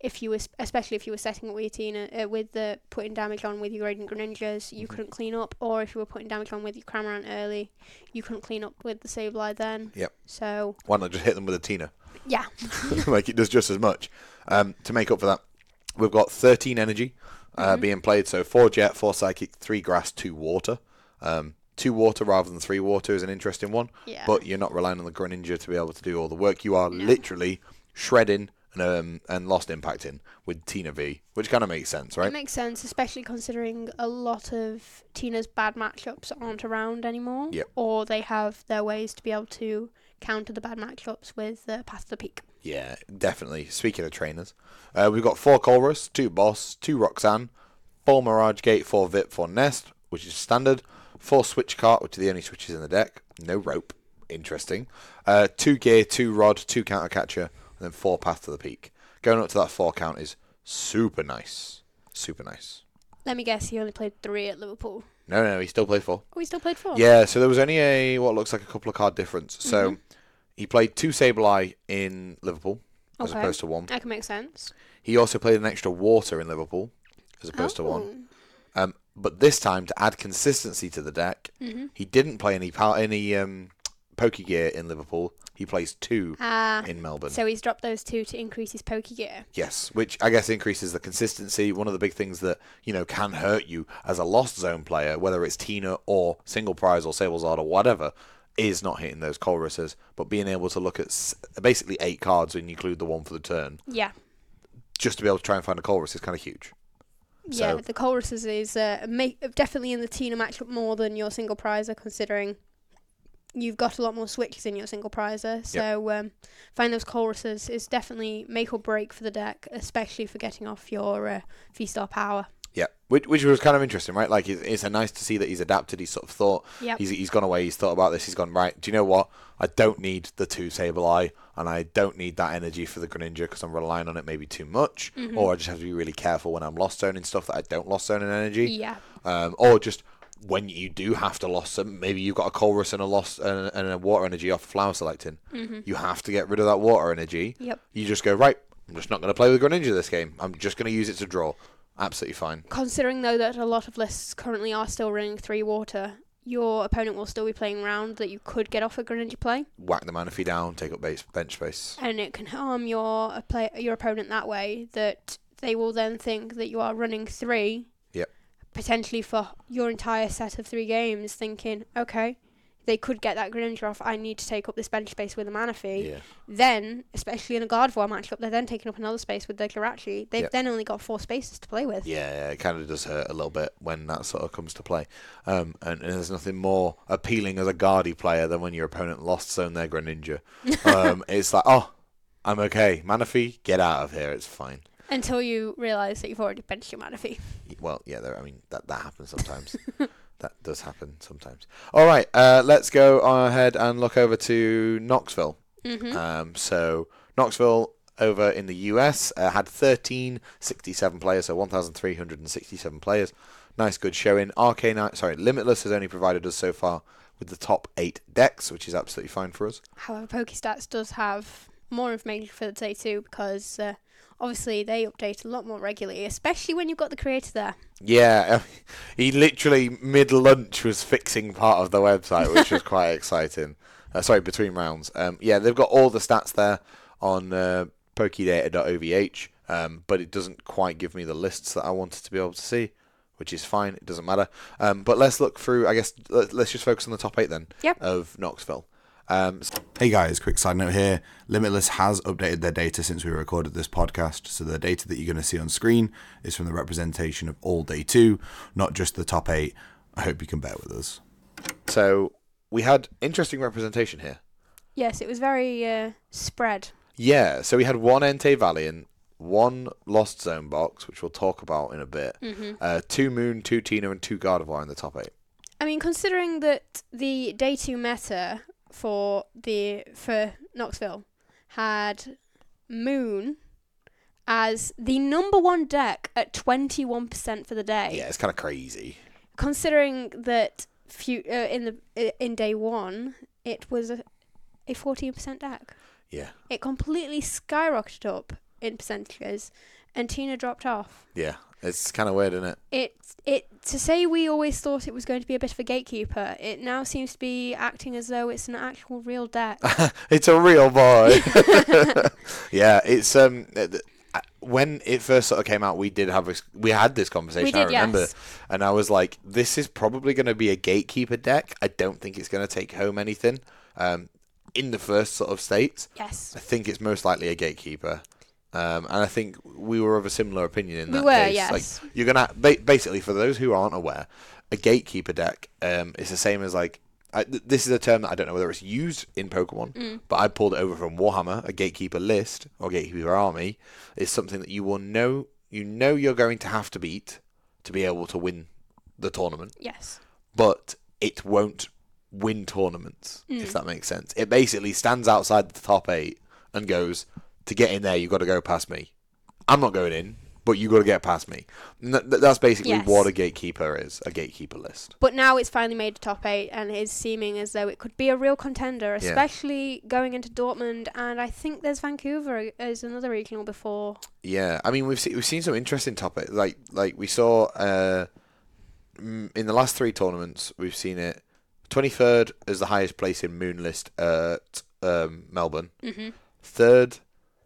Speaker 2: if you were, especially if you were setting up with your Tina, uh, with the putting damage on with your Radiant Greninjas,
Speaker 1: Mm-hmm.
Speaker 2: you couldn't clean up, or if you were putting damage on with your Cramorant early, you couldn't clean up with the Sableye then.
Speaker 1: Yep.
Speaker 2: So
Speaker 1: Why not just hit them with a Tina?
Speaker 2: yeah,
Speaker 1: like it does just as much. Um, to make up for that, we've got 13 energy
Speaker 2: Mm-hmm.
Speaker 1: uh, being played. So four jet, four psychic, three grass, two water. Um, two water rather than three water is an interesting one.
Speaker 2: Yeah.
Speaker 1: But you're not relying on the Greninja to be able to do all the work. You are literally shredding and um, and lost impacting with Tina V, which kind of makes sense,
Speaker 2: It
Speaker 1: right?
Speaker 2: makes sense, especially considering a lot of Tina's bad matchups aren't around anymore.
Speaker 1: Yep.
Speaker 2: Or they have their ways to be able to counter the bad matchups with uh, Path to the Peak.
Speaker 1: Yeah, definitely. Speaking of trainers, uh, we've got four Colrus, two Boss, two Roxanne, four Mirage Gate, four Vip, four Nest, which is standard, four Switch Cart, which are the only switches in the deck, no rope, interesting, uh, two Gear, two Rod, two Counter Catcher, and then four Path to the Peak. Going up to that four count is super nice. Super nice.
Speaker 2: Let me guess, he only played three at Liverpool.
Speaker 1: No, no, he still plays four.
Speaker 2: Oh, he still played four? Mm-hmm.
Speaker 1: Yeah, so there was only a what looks like a couple of card difference. So He played two Sableye in Liverpool as
Speaker 2: Okay.
Speaker 1: opposed to one.
Speaker 2: That can make sense.
Speaker 1: He also played an extra water in Liverpool as opposed to one.
Speaker 2: Oh.
Speaker 1: Um, but this time, to add consistency to the deck,
Speaker 2: Mm-hmm.
Speaker 1: he didn't play any pal- any um, Pokegear in Liverpool. He plays two
Speaker 2: Ah,
Speaker 1: in Melbourne.
Speaker 2: so he's dropped those two to increase his pokey gear.
Speaker 1: Yes, which I guess increases the consistency. One of the big things that you know can hurt you as a lost zone player, whether it's Tina or single prize or Sablezard or whatever, is not hitting those choruses, but being able to look at s- basically eight cards and include the one for the turn
Speaker 2: Yeah.
Speaker 1: just to be able to try and find a chorus is kind of huge.
Speaker 2: Yeah,
Speaker 1: So-
Speaker 2: but the choruses is uh, make, definitely in the Tina matchup more than your single prizer, considering you've got a lot more switches in your single prizer. So um, find those choruses is definitely make or break for the deck, especially for getting off your uh, V star power.
Speaker 1: Yeah, which, which was kind of interesting, right? Like, it's, it's a nice to see that he's adapted. He's sort of thought.
Speaker 2: Yep.
Speaker 1: He's, he's gone away. He's thought about this. He's gone right. Do you know what? I don't need the two sable eye, and I don't need that energy for the Greninja because I'm relying on it maybe too much,
Speaker 2: Mm-hmm.
Speaker 1: or I just have to be really careful when I'm lost zoning stuff that I don't lost zone in energy,
Speaker 2: Yeah.
Speaker 1: um, or just when you do have to lost some. Maybe you've got a chorus and a lost and, and a water energy off flower selecting. You have to get rid of that water energy.
Speaker 2: Mm-hmm. Yep.
Speaker 1: You just go right. I'm just not going to play with Greninja this game. I'm just going to use it to draw. Absolutely fine.
Speaker 2: Considering though that a lot of lists currently are still running three water, your opponent will still be playing round that you could get off a Greninja play,
Speaker 1: whack the mana fee down, take up base, bench space.
Speaker 2: and it can harm your a play, your opponent that way. That they will then think that you are running three
Speaker 1: Yep.
Speaker 2: potentially for your entire set of three games, thinking, okay, they could get that Greninja off. I need to take up this bench space with a mana fee.
Speaker 1: Yeah.
Speaker 2: Then, especially in a Gardevoir matchup, they're then taking up another space with their Jirachi. They've
Speaker 1: Yep.
Speaker 2: then only got four spaces to play with.
Speaker 1: Yeah, yeah, it kind of does hurt a little bit when that sort of comes to play. Um, and, and there's nothing more appealing as a Guardy player than when your opponent lost zone their Greninja. Um, it's like, oh, I'm okay. Mana fee, get out of here. It's fine.
Speaker 2: Until you realise that you've already benched your mana fee.
Speaker 1: Well, yeah, there, I mean, that, that happens sometimes. that does happen sometimes. All right, uh, let's go on ahead and look over to Knoxville.
Speaker 2: Mm-hmm.
Speaker 1: Um, so Knoxville over in the US uh, had 1367 players, so 1,367 players. Nice, good showing. RK9, sorry, Limitless has only provided us so far with the top eight decks, which is absolutely fine for us.
Speaker 2: However, Pokestats does have more information for the day too because uh, obviously they update a lot more regularly, especially when you've got the creator there.
Speaker 1: Yeah, he literally mid lunch was fixing part of the website, which was quite exciting. Uh, sorry, between rounds. Um, yeah, they've got all the stats there on uh, Pokedata.ovh, um, but it doesn't quite give me the lists that I wanted to be able to see, which is fine. It doesn't matter. Um, but let's look through. I guess let, let's just focus on the top eight then
Speaker 2: Yep.
Speaker 1: of Knoxville. Um, s-
Speaker 3: Hey guys, quick side note here. Limitless has updated their data since we recorded this podcast, so the data that you're going to see on screen is from the representation of all day two, not just the top eight. I hope you can bear with us.
Speaker 1: so we had interesting representation here.
Speaker 2: Yes, it was very uh, spread.
Speaker 1: Yeah, so we had one Entei Valiant, one Lost Zone box, which we'll talk about in a bit. Uh, two Moon, two Tina, and two Gardevoir in the top eight.
Speaker 2: I mean, considering that the day two meta for the for Knoxville had Moon as the number one deck at twenty one percent for the day,
Speaker 1: Yeah, it's kind of crazy.
Speaker 2: considering that few, uh, in the i- in day one it was a a fourteen percent deck,
Speaker 1: Yeah,
Speaker 2: it completely skyrocketed up in percentages, and Tina dropped off.
Speaker 1: yeah, it's kind of weird, isn't it?
Speaker 2: it it to say we always thought it was going to be a bit of a gatekeeper it now seems to be acting as though it's an actual real deck
Speaker 1: it's a real boy. yeah, it's um. th- th- I- When it first sort of came out, we did have this, we had this conversation. I
Speaker 2: did,
Speaker 1: remember,
Speaker 2: yes.
Speaker 1: and I was like, "This is probably going to be a gatekeeper deck. I don't think it's going to take home anything." Um, in the first sort of states,
Speaker 2: yes
Speaker 1: I think it's most likely a gatekeeper. Um, and I think we were of a similar opinion in
Speaker 2: We
Speaker 1: that
Speaker 2: were,
Speaker 1: case.
Speaker 2: yes.
Speaker 1: Like, you're gonna ba- basically, for those who aren't aware, a gatekeeper deck um, is the same as like I, th- this is a term that I don't know whether it's used in Pokemon,
Speaker 2: Mm.
Speaker 1: but I pulled it over from Warhammer. A gatekeeper list or gatekeeper army is something that you will know you know you're going to have to beat to be able to win the tournament
Speaker 2: yes
Speaker 1: but it won't win tournaments, if that makes sense. It basically stands outside the top eight and goes, to get in there, you've got to go past me. I'm not going in. but you got to get past me. And that- that's basically
Speaker 2: Yes.
Speaker 1: what a gatekeeper is. A gatekeeper list.
Speaker 2: But now it's finally made a top eight and it is seeming as though it could be a real contender,
Speaker 1: Yeah.
Speaker 2: especially going into Dortmund. And I think there's Vancouver as another regional before.
Speaker 1: Yeah, I mean we've seen we've seen some interesting topics. Like like we saw uh, m- in the last three tournaments, we've seen it. Twenty third is the highest place in Moonlist at um, Melbourne. Third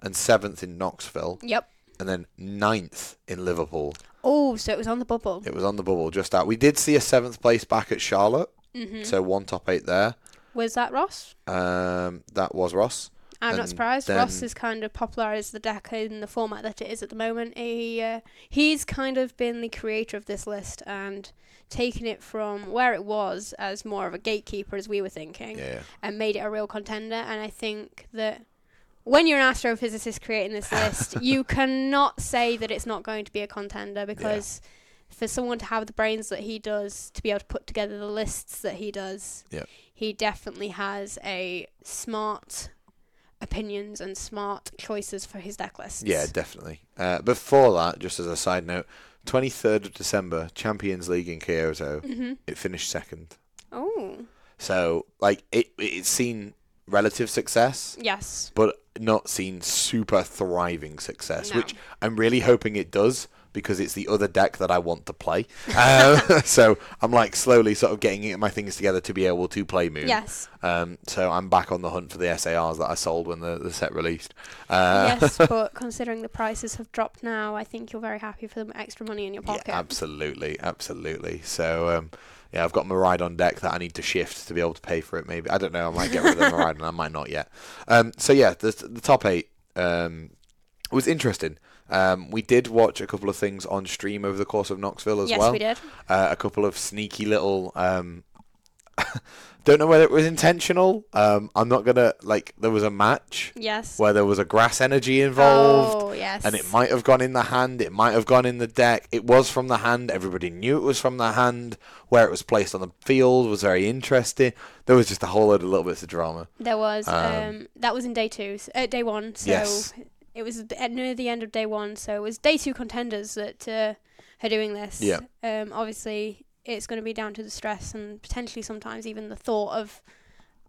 Speaker 1: and seventh in Knoxville,
Speaker 2: Yep.
Speaker 1: and then ninth in Liverpool.
Speaker 2: Oh, so it was on the bubble.
Speaker 1: It was on the bubble just out. We did see a seventh place back at Charlotte,
Speaker 2: Mm.
Speaker 1: so one top eight there.
Speaker 2: Mm-hmm. Was that Ross?
Speaker 1: Um, that was Ross.
Speaker 2: I'm
Speaker 1: And
Speaker 2: not surprised.
Speaker 1: then-
Speaker 2: Ross has kind of popularized the deck in the format that it is at the moment. He uh, he's kind of been the creator of this list and taken it from where it was as more of a gatekeeper, as we were thinking,
Speaker 1: Yeah.
Speaker 2: and made it a real contender. And I think that when you're an astrophysicist creating this list, you cannot say that it's not going to be a contender because. For someone to have the brains that he does, to be able to put together the lists that he does,
Speaker 1: Yeah.
Speaker 2: he definitely has a smart opinions and smart choices for his deck lists.
Speaker 1: Yeah, definitely. Uh, before that, just as a side note, 23rd of December, Champions League in Kyoto, it finished second.
Speaker 2: Oh,
Speaker 1: So, like, it it's seen relative success,
Speaker 2: yes.
Speaker 1: but not seen super thriving success,
Speaker 2: No.
Speaker 1: which I'm really hoping it does because it's the other deck that I want to play. um, so I'm like slowly sort of getting my things together to be able to play Moon.
Speaker 2: Yes.
Speaker 1: Um, so I'm back on the hunt for the SARs that I sold when the, the set released. Uh,
Speaker 2: yes, but considering the prices have dropped now, I think you're very happy for the extra money in your pocket.
Speaker 1: Yeah, absolutely, absolutely. So um, yeah, I've got my ride on deck that I need to shift to be able to pay for it. Maybe I don't know. I might get rid of my ride, and I might not yet. Um, so yeah, the the top eight um, was interesting. Um, we did watch a couple of things on stream over the course of Knoxville as
Speaker 2: yes,
Speaker 1: well.
Speaker 2: we did.
Speaker 1: Uh, a couple of sneaky little. Um, don't know whether it was intentional. Um, I'm not gonna like. There was a match
Speaker 2: Yes.
Speaker 1: where there was a grass energy involved
Speaker 2: Oh, yes.
Speaker 1: and it might have gone in the hand, it might have gone in the deck. It was from the hand, everybody knew it was from the hand. Where it was placed on the field was very interesting. There was just a whole load of little bits of drama.
Speaker 2: There was. Um,
Speaker 1: Um,
Speaker 2: that was in day two, so, uh, day one. So
Speaker 1: Yes.
Speaker 2: it was at near the end of day one. So it was day two contenders that uh, are doing this.
Speaker 1: Yeah.
Speaker 2: Um, obviously, it's going to be down to the stress and potentially sometimes even the thought of,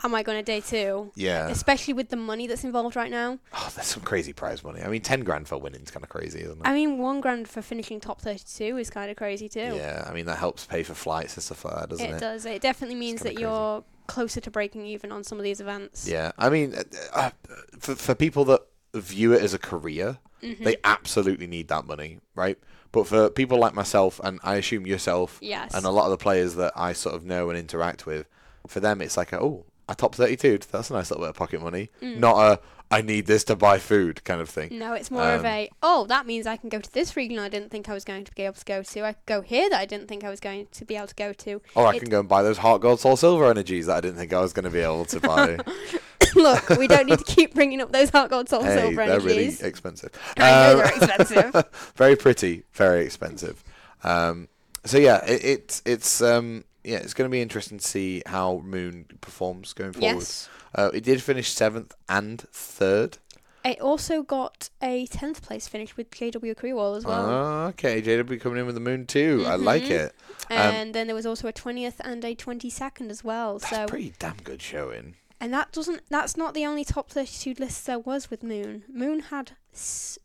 Speaker 2: am I going to day two?
Speaker 1: Yeah.
Speaker 2: Especially with the money that's involved right now.
Speaker 1: Oh, that's some crazy prize money. I mean, 10 grand for winning's kind of crazy, isn't it?
Speaker 2: I mean, one grand for finishing top 32 is kind of crazy too.
Speaker 1: yeah, I mean, that helps pay for flights and stuff like that, doesn't
Speaker 2: it,
Speaker 1: it?
Speaker 2: does. It definitely means that
Speaker 1: kinda crazy.
Speaker 2: you're closer to breaking even on some of these events.
Speaker 1: Yeah, I mean, uh, uh, for for people that view it as a career,
Speaker 2: Mm-hmm.
Speaker 1: they absolutely need that money, right? But for people like myself, and I assume yourself,
Speaker 2: Yes.
Speaker 1: and a lot of the players that I sort of know and interact with, for them it's like, a, oh, I top thirty-two. That's a nice little bit of pocket money.
Speaker 2: Mm.
Speaker 1: Not a I need this to buy food kind of thing.
Speaker 2: No, it's more of
Speaker 1: Um,
Speaker 2: a oh, that means I can go to this region I didn't think I was going to be able to go to. I could go here that I didn't think I was going to be able to go to.
Speaker 1: Or Oh, I
Speaker 2: It-
Speaker 1: can go and buy those heart gold, soul silver energies that I didn't think I was going to be able to buy.
Speaker 2: Look, we don't need to keep bringing up those heart gold soul
Speaker 1: hey,
Speaker 2: silver
Speaker 1: they're
Speaker 2: energies.
Speaker 1: really uh, expensive.
Speaker 2: I know
Speaker 1: Um,
Speaker 2: they're expensive.
Speaker 1: very pretty, very expensive. Um, so yeah, it, it's it's um, yeah, it's going to be interesting to see how Moon performs going forward.
Speaker 2: yes.
Speaker 1: Uh, it did finish seventh and third.
Speaker 2: It also got a tenth place finish with JW Creewall as well.
Speaker 1: Ah, okay, JW coming in with the Moon too. I like
Speaker 2: Mhm.
Speaker 1: it.
Speaker 2: and then there was also a twentieth and a twenty second as well.
Speaker 1: That's
Speaker 2: so
Speaker 1: pretty damn good showing.
Speaker 2: and that doesn't that's not the only top thirty two list there was with Moon. Moon had s-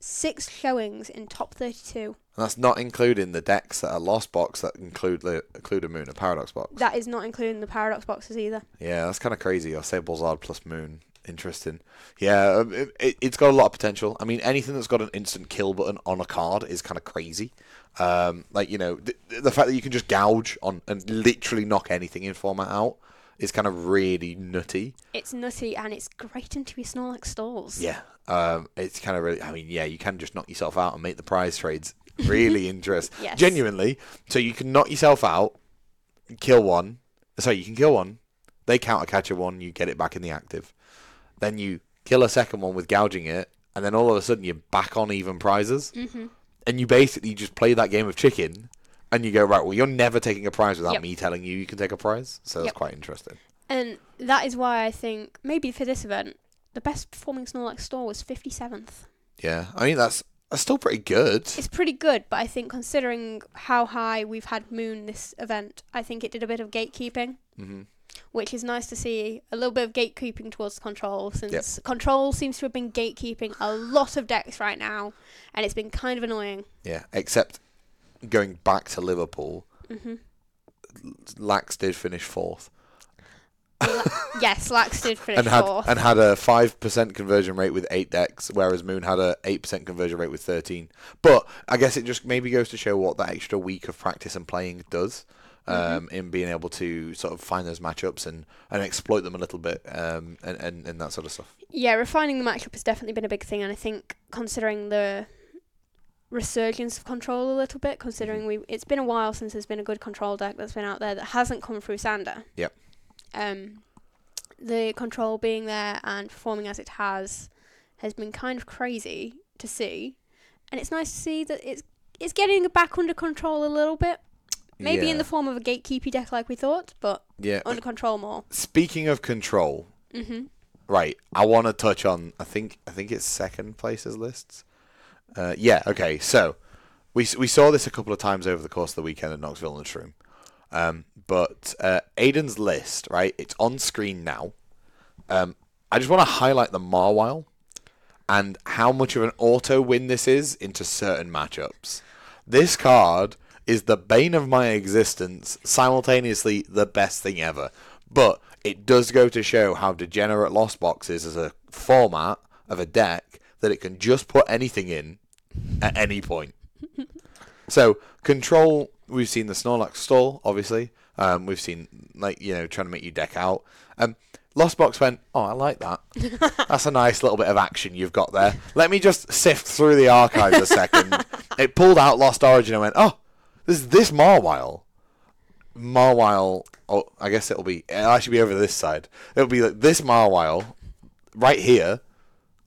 Speaker 2: six showings in top thirty two.
Speaker 1: And that's not including the decks that are lost box that include the include a Moon, a Paradox box.
Speaker 2: That is not including the paradox boxes either.
Speaker 1: Yeah, that's kind of crazy. I'll say Blizzard plus Moon. Interesting. Yeah, um, it, it- it's got a lot of potential. I mean, anything that's got an instant kill button on a card is kind of crazy. Um, like, you know, th- th- the fact that you can just gouge on and literally knock anything in format out is kind of really nutty.
Speaker 2: It's nutty and it's great into your Snorlax stalls.
Speaker 1: Yeah. Um, it's kind of really, I mean, yeah, you can just knock yourself out and make the prize trades really interesting.
Speaker 2: Yes.
Speaker 1: Genuinely. So you can knock yourself out, kill one. Sorry, you can kill one. They counter catcher one, you get it back in the active. Then you kill a second one with gouging it, and then all of a sudden you're back on even prizes. Mm-hmm. And you basically just play that game of chicken. And you go right. Well, you're never taking a prize without
Speaker 2: Yep.
Speaker 1: me telling you you can take a prize. So that's
Speaker 2: Yep.
Speaker 1: quite interesting.
Speaker 2: And that is why I think maybe for this event, the best performing Snorlax stall was 57th.
Speaker 1: Yeah, I mean that's are still pretty good.
Speaker 2: It's pretty good, but I think considering how high we've had Moon this event, I think it did a bit of gatekeeping,
Speaker 1: Mm-hmm.
Speaker 2: which is nice to see. A little bit of gatekeeping towards Control, since Control seems to have been gatekeeping a lot of decks right now, and it's been kind of annoying.
Speaker 1: Yeah, except going back to Liverpool,
Speaker 2: hmm
Speaker 1: Lax did finish fourth
Speaker 2: yes, Lax did finish
Speaker 1: and had
Speaker 2: fourth.
Speaker 1: and had a five percent conversion rate with eight decks, whereas Moon had a eight percent conversion rate with thirteen. But I guess it just maybe goes to show what that extra week of practice and playing does. Um,
Speaker 2: Mm-hmm.
Speaker 1: in being able to sort of find those matchups and, and exploit them a little bit um, and, and, and that sort of stuff.
Speaker 2: Yeah, refining the matchup has definitely been a big thing, and I think considering the resurgence of control a little bit, considering we it's been a while since there's been a good control deck that's been out there that hasn't come through Sander.
Speaker 1: Yep.
Speaker 2: Um, the control being there and performing as it has has been kind of crazy to see, and it's nice to see that it's it's getting back under control a little bit. Maybe in the form of a gatekeepy deck like we thought, but
Speaker 1: yeah.
Speaker 2: under control more.
Speaker 1: Speaking of control,
Speaker 2: Mhm.
Speaker 1: right? I want to touch on. I think I think it's second places lists. Uh, yeah. Okay. So we s- we saw this a couple of times over the course of the weekend at Knoxville and Shroom. Um, but uh, Aiden's list, right? It's on screen now. Um, I just want to highlight the Marwile and how much of an auto win this is into certain matchups. This card is the bane of my existence, simultaneously the best thing ever. But it does go to show how degenerate Lost Box is as a format of a deck that it can just put anything in at any point. So control, we've seen the Snorlax stall, obviously. Um, we've seen like you know trying to make you deck out. Um, Lost Box went, oh, I like that. That's a nice little bit of action you've got there. Let me just sift through the archives a second. it pulled out Lost Origin and went, oh, there's this Marwile. Marwile, oh, I guess it'll be, it'll actually be over this side. It'll be like this Marwile right here.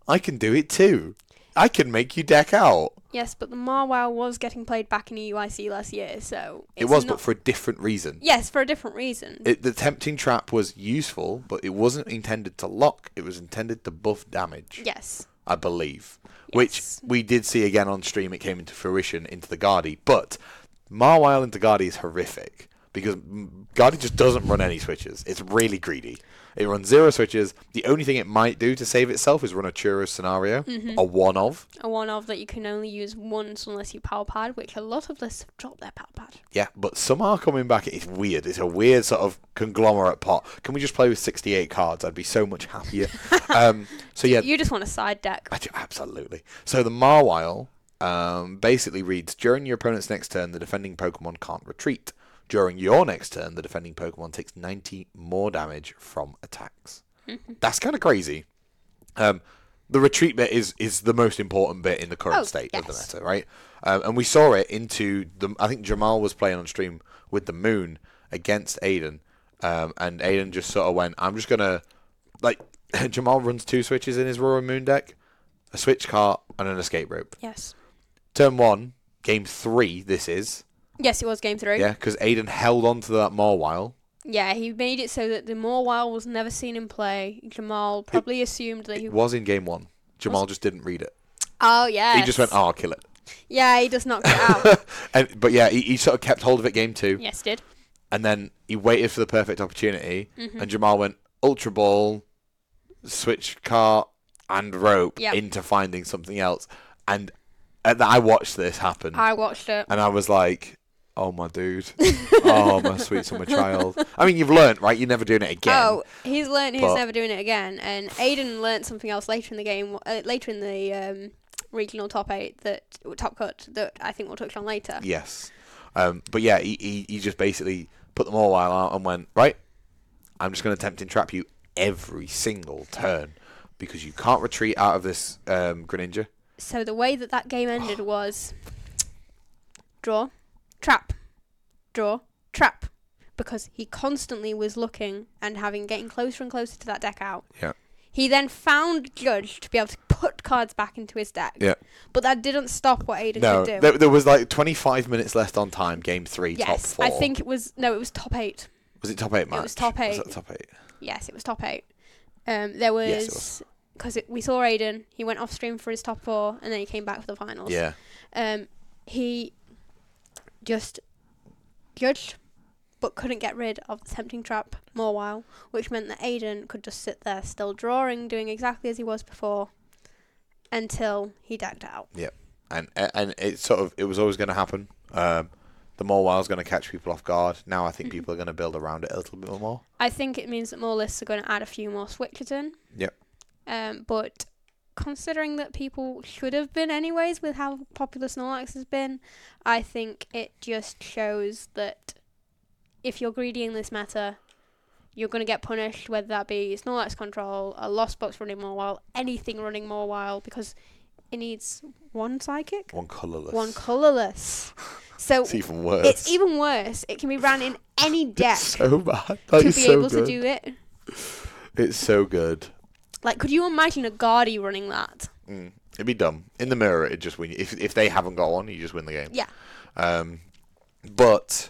Speaker 1: I can do it too. I can make you deck out.
Speaker 2: Yes, but the Marwell was getting played back in E EUIC last year, so
Speaker 1: It
Speaker 2: it's
Speaker 1: was,
Speaker 2: not-
Speaker 1: but for a different reason.
Speaker 2: yes, for a different reason.
Speaker 1: It, the tempting trap was useful, but it wasn't intended to lock. It was intended to buff damage,
Speaker 2: yes,
Speaker 1: I believe,
Speaker 2: Yes.
Speaker 1: which we did see again on stream. It came into fruition into the Guardi, but Marwile into Guardi is horrific because mm, Guardi just doesn't run any switches. It's really greedy. It runs zero switches. The only thing it might do to save itself is run a Churro scenario, a one of.
Speaker 2: a one of that you can only use once unless you power pad, which a lot of lists have dropped their power pad.
Speaker 1: Yeah, but some are coming back. It's weird. It's a weird sort of conglomerate pot. Can we just play with 68 cards? I'd be so much happier. um, so, yeah,
Speaker 2: You just want a side deck.
Speaker 1: I do- absolutely. So, the Marwile um, basically reads During your opponent's next turn, the defending Pokemon can't retreat. During your next turn, the defending Pokemon takes 90 more damage from attacks. That's kind of crazy. Um, the retreat bit is, is the most important bit in the current
Speaker 2: Oh,
Speaker 1: state of the
Speaker 2: yes.
Speaker 1: meta, right? Um, and we saw it into the. I think Jamal was playing on stream with the Moon against Aiden, um, and Aiden just sort of went, "I'm just gonna like." Jamal runs two switches in his Roar Moon deck, a switch cart and an escape rope.
Speaker 2: Yes,
Speaker 1: Turn one, game three. This is
Speaker 2: yes, it was game three.
Speaker 1: yeah, because Aiden held on to that Marwile.
Speaker 2: Yeah, he made it so that the Morwell was never seen in play. Jamal probably assumed that he.
Speaker 1: It was in game one. Jamal just didn't read it.
Speaker 2: Oh yeah.
Speaker 1: He just went, "Oh, I'll kill it."
Speaker 2: Yeah, he does not get out.
Speaker 1: And but yeah, he, he sort of kept hold of it game two.
Speaker 2: yes, did. Mm-hmm.
Speaker 1: and then he waited for the perfect opportunity,
Speaker 2: Mm.
Speaker 1: and Jamal went ultra ball, switch cart and rope
Speaker 2: Yep.
Speaker 1: into finding something else, and at that I watched this happen,
Speaker 2: I watched it.
Speaker 1: and I was like, "Oh my dude, oh my sweet summer child." I mean, you've learnt, right? You're never doing it again.
Speaker 2: Oh, he's learned he's
Speaker 1: but-
Speaker 2: never doing it again. And Aiden learned something else later in the game, uh, later in the um, regional top eight that top cut that I think we'll touch on later.
Speaker 1: Yes, um, but yeah, he, he he just basically put them all out and went right. I'm just going to attempt to trap you every single turn because you can't retreat out of this um, Greninja.
Speaker 2: So the way that that game ended was draw, trap, draw, trap, because he constantly was looking and having getting closer and closer to that deck out.
Speaker 1: Yeah.
Speaker 2: He then found Judge to be able to put cards back into his deck.
Speaker 1: Yeah.
Speaker 2: But that didn't stop what Aiden
Speaker 1: No,
Speaker 2: could do.
Speaker 1: there, there was like 25 minutes left on time. Game three, top
Speaker 2: yes,
Speaker 1: four.
Speaker 2: I think it was no, it was top eight.
Speaker 1: was it top eight match?
Speaker 2: was top
Speaker 1: Was
Speaker 2: eight.
Speaker 1: that top eight?
Speaker 2: Yes, it was top eight. Um, there was,
Speaker 1: Yes, it
Speaker 2: because we saw Aiden. He went off stream for his top four, and then he came back for the finals.
Speaker 1: Yeah.
Speaker 2: Um, he just judged, but couldn't get rid of the tempting trap more while, which meant that Aiden could just sit there, still drawing, doing exactly as he was before, until he decked out.
Speaker 1: and and it sort of it was always going to happen. Um, the more wild's going to catch people off guard. Now I think
Speaker 2: Mm-hmm.
Speaker 1: people are going to build around it a little bit more.
Speaker 2: I think it means that more lists are going to add a few more switches in.
Speaker 1: Yep.
Speaker 2: Um, but considering that people should have been anyways with how popular Snorlax has been, I think it just shows that if you're greedy in this matter, you're going to get punished, whether that be Snorlax control, a Lost Box running more while, anything running more while, because it needs one psychic,
Speaker 1: One colorless.
Speaker 2: one colorless. So
Speaker 1: It's even worse.
Speaker 2: it's even worse. It can be ran in any deck
Speaker 1: It's so bad.
Speaker 2: to
Speaker 1: That
Speaker 2: be
Speaker 1: is so
Speaker 2: able to
Speaker 1: good.
Speaker 2: do it.
Speaker 1: It's so good.
Speaker 2: Like, could you imagine a Guardi running that?
Speaker 1: Mm. It'd be dumb. In the mirror, it just win. If if they haven't got one, you just win the game.
Speaker 2: Yeah.
Speaker 1: Um, but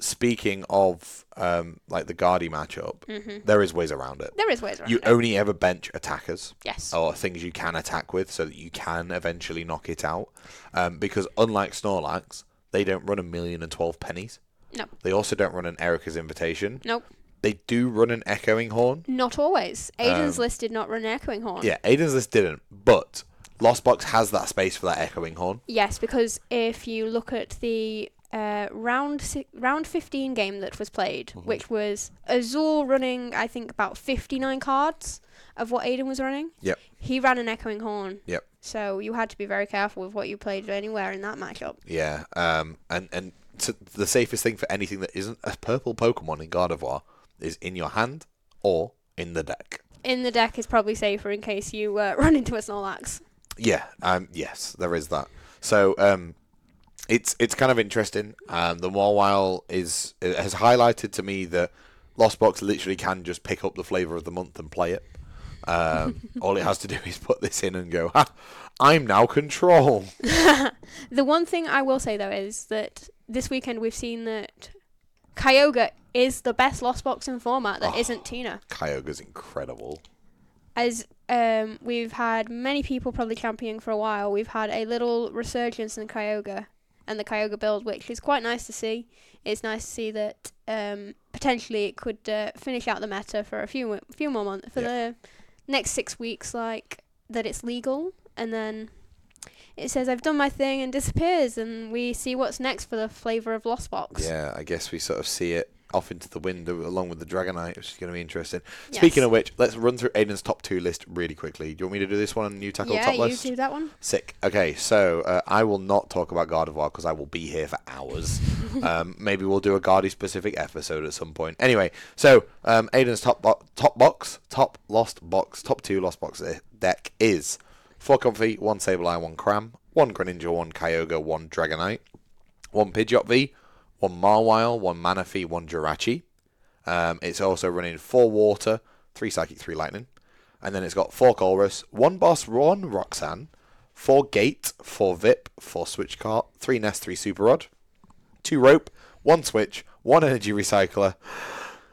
Speaker 1: speaking of um, like the Guardi matchup,
Speaker 2: Mm-hmm.
Speaker 1: there is ways around it.
Speaker 2: There is ways around
Speaker 1: You Oh.
Speaker 2: it.
Speaker 1: only ever bench attackers.
Speaker 2: Yes.
Speaker 1: or things you can attack with so that you can eventually knock it out. Um, because unlike Snorlax, they don't run a million and twelve pennies.
Speaker 2: No.
Speaker 1: They also don't run an Erica's Invitation.
Speaker 2: Nope.
Speaker 1: They do run an Echoing Horn.
Speaker 2: Not always. Aiden's list did not run an echoing horn.
Speaker 1: Um, Yeah, Aiden's list didn't, but Lost Box has that space for that Echoing Horn.
Speaker 2: Yes, because if you look at the uh, round si- round 15 game that was played,
Speaker 1: Mm-hmm.
Speaker 2: which was Azul running, I think, about 59 cards of what Aiden was running.
Speaker 1: Yep.
Speaker 2: He ran an echoing horn.
Speaker 1: Yep.
Speaker 2: So you had to be very careful with what you played anywhere in that matchup.
Speaker 1: Yeah. Um. And and t- the safest thing for anything that isn't a purple Pokemon in Gardevoir is in your hand or in the deck.
Speaker 2: In the deck is probably safer in case you uh, run into a Snorlax.
Speaker 1: Yeah. Um. Yes, there is that. So um, it's it's kind of interesting. Um, the Mawile is it has highlighted to me that Lost Box literally can just pick up the flavor of the month and play it. Um, all it has to do is put this in and go. Ha, I'm now control.
Speaker 2: The one thing I will say though is that this weekend we've seen that Kyogre is the best lost box in format that
Speaker 1: Oh.
Speaker 2: not Tina.
Speaker 1: Kyogre's incredible.
Speaker 2: As um, we've had many people probably championing for a while, we've had a little resurgence in Kyogre and the Kyogre build, which is quite nice to see. It's nice to see that um, potentially it could uh, finish out the meta for a few mo- few more months for the next six weeks, like that it's legal, and then it says I've done my thing and disappears, and we see what's next for the flavor of Lost Box.
Speaker 1: Yeah, I guess we sort of see it off into the window along with the Dragonite, which is going to be interesting.
Speaker 2: Yes.
Speaker 1: Speaking of which, let's run through Aiden's top two list really quickly. Do you want me to do this one and you tackle
Speaker 2: yeah,
Speaker 1: top
Speaker 2: you
Speaker 1: list?
Speaker 2: do that one.
Speaker 1: Sick. Okay, so uh, I will not talk about Gardevoir because I will be here for hours. um, maybe we'll do a Guardy specific episode at some point. Anyway, so um, Aiden's top bo- top box, top lost box, top two lost box de- deck is four Comfy, one Sableye, one Cram, one Greninja, one Kyogre, one Dragonite, one Pidgeot V, one Marwile, one Manaphy, one Jirachi. Um, it's also running four Water, three Psychic, three Lightning. And then it's got four Colrus, one Boss, one Roxanne, four Gate, four Vip, four Switch Cart, three Nest, three Super Rod, two Rope, one Switch, one Energy Recycler,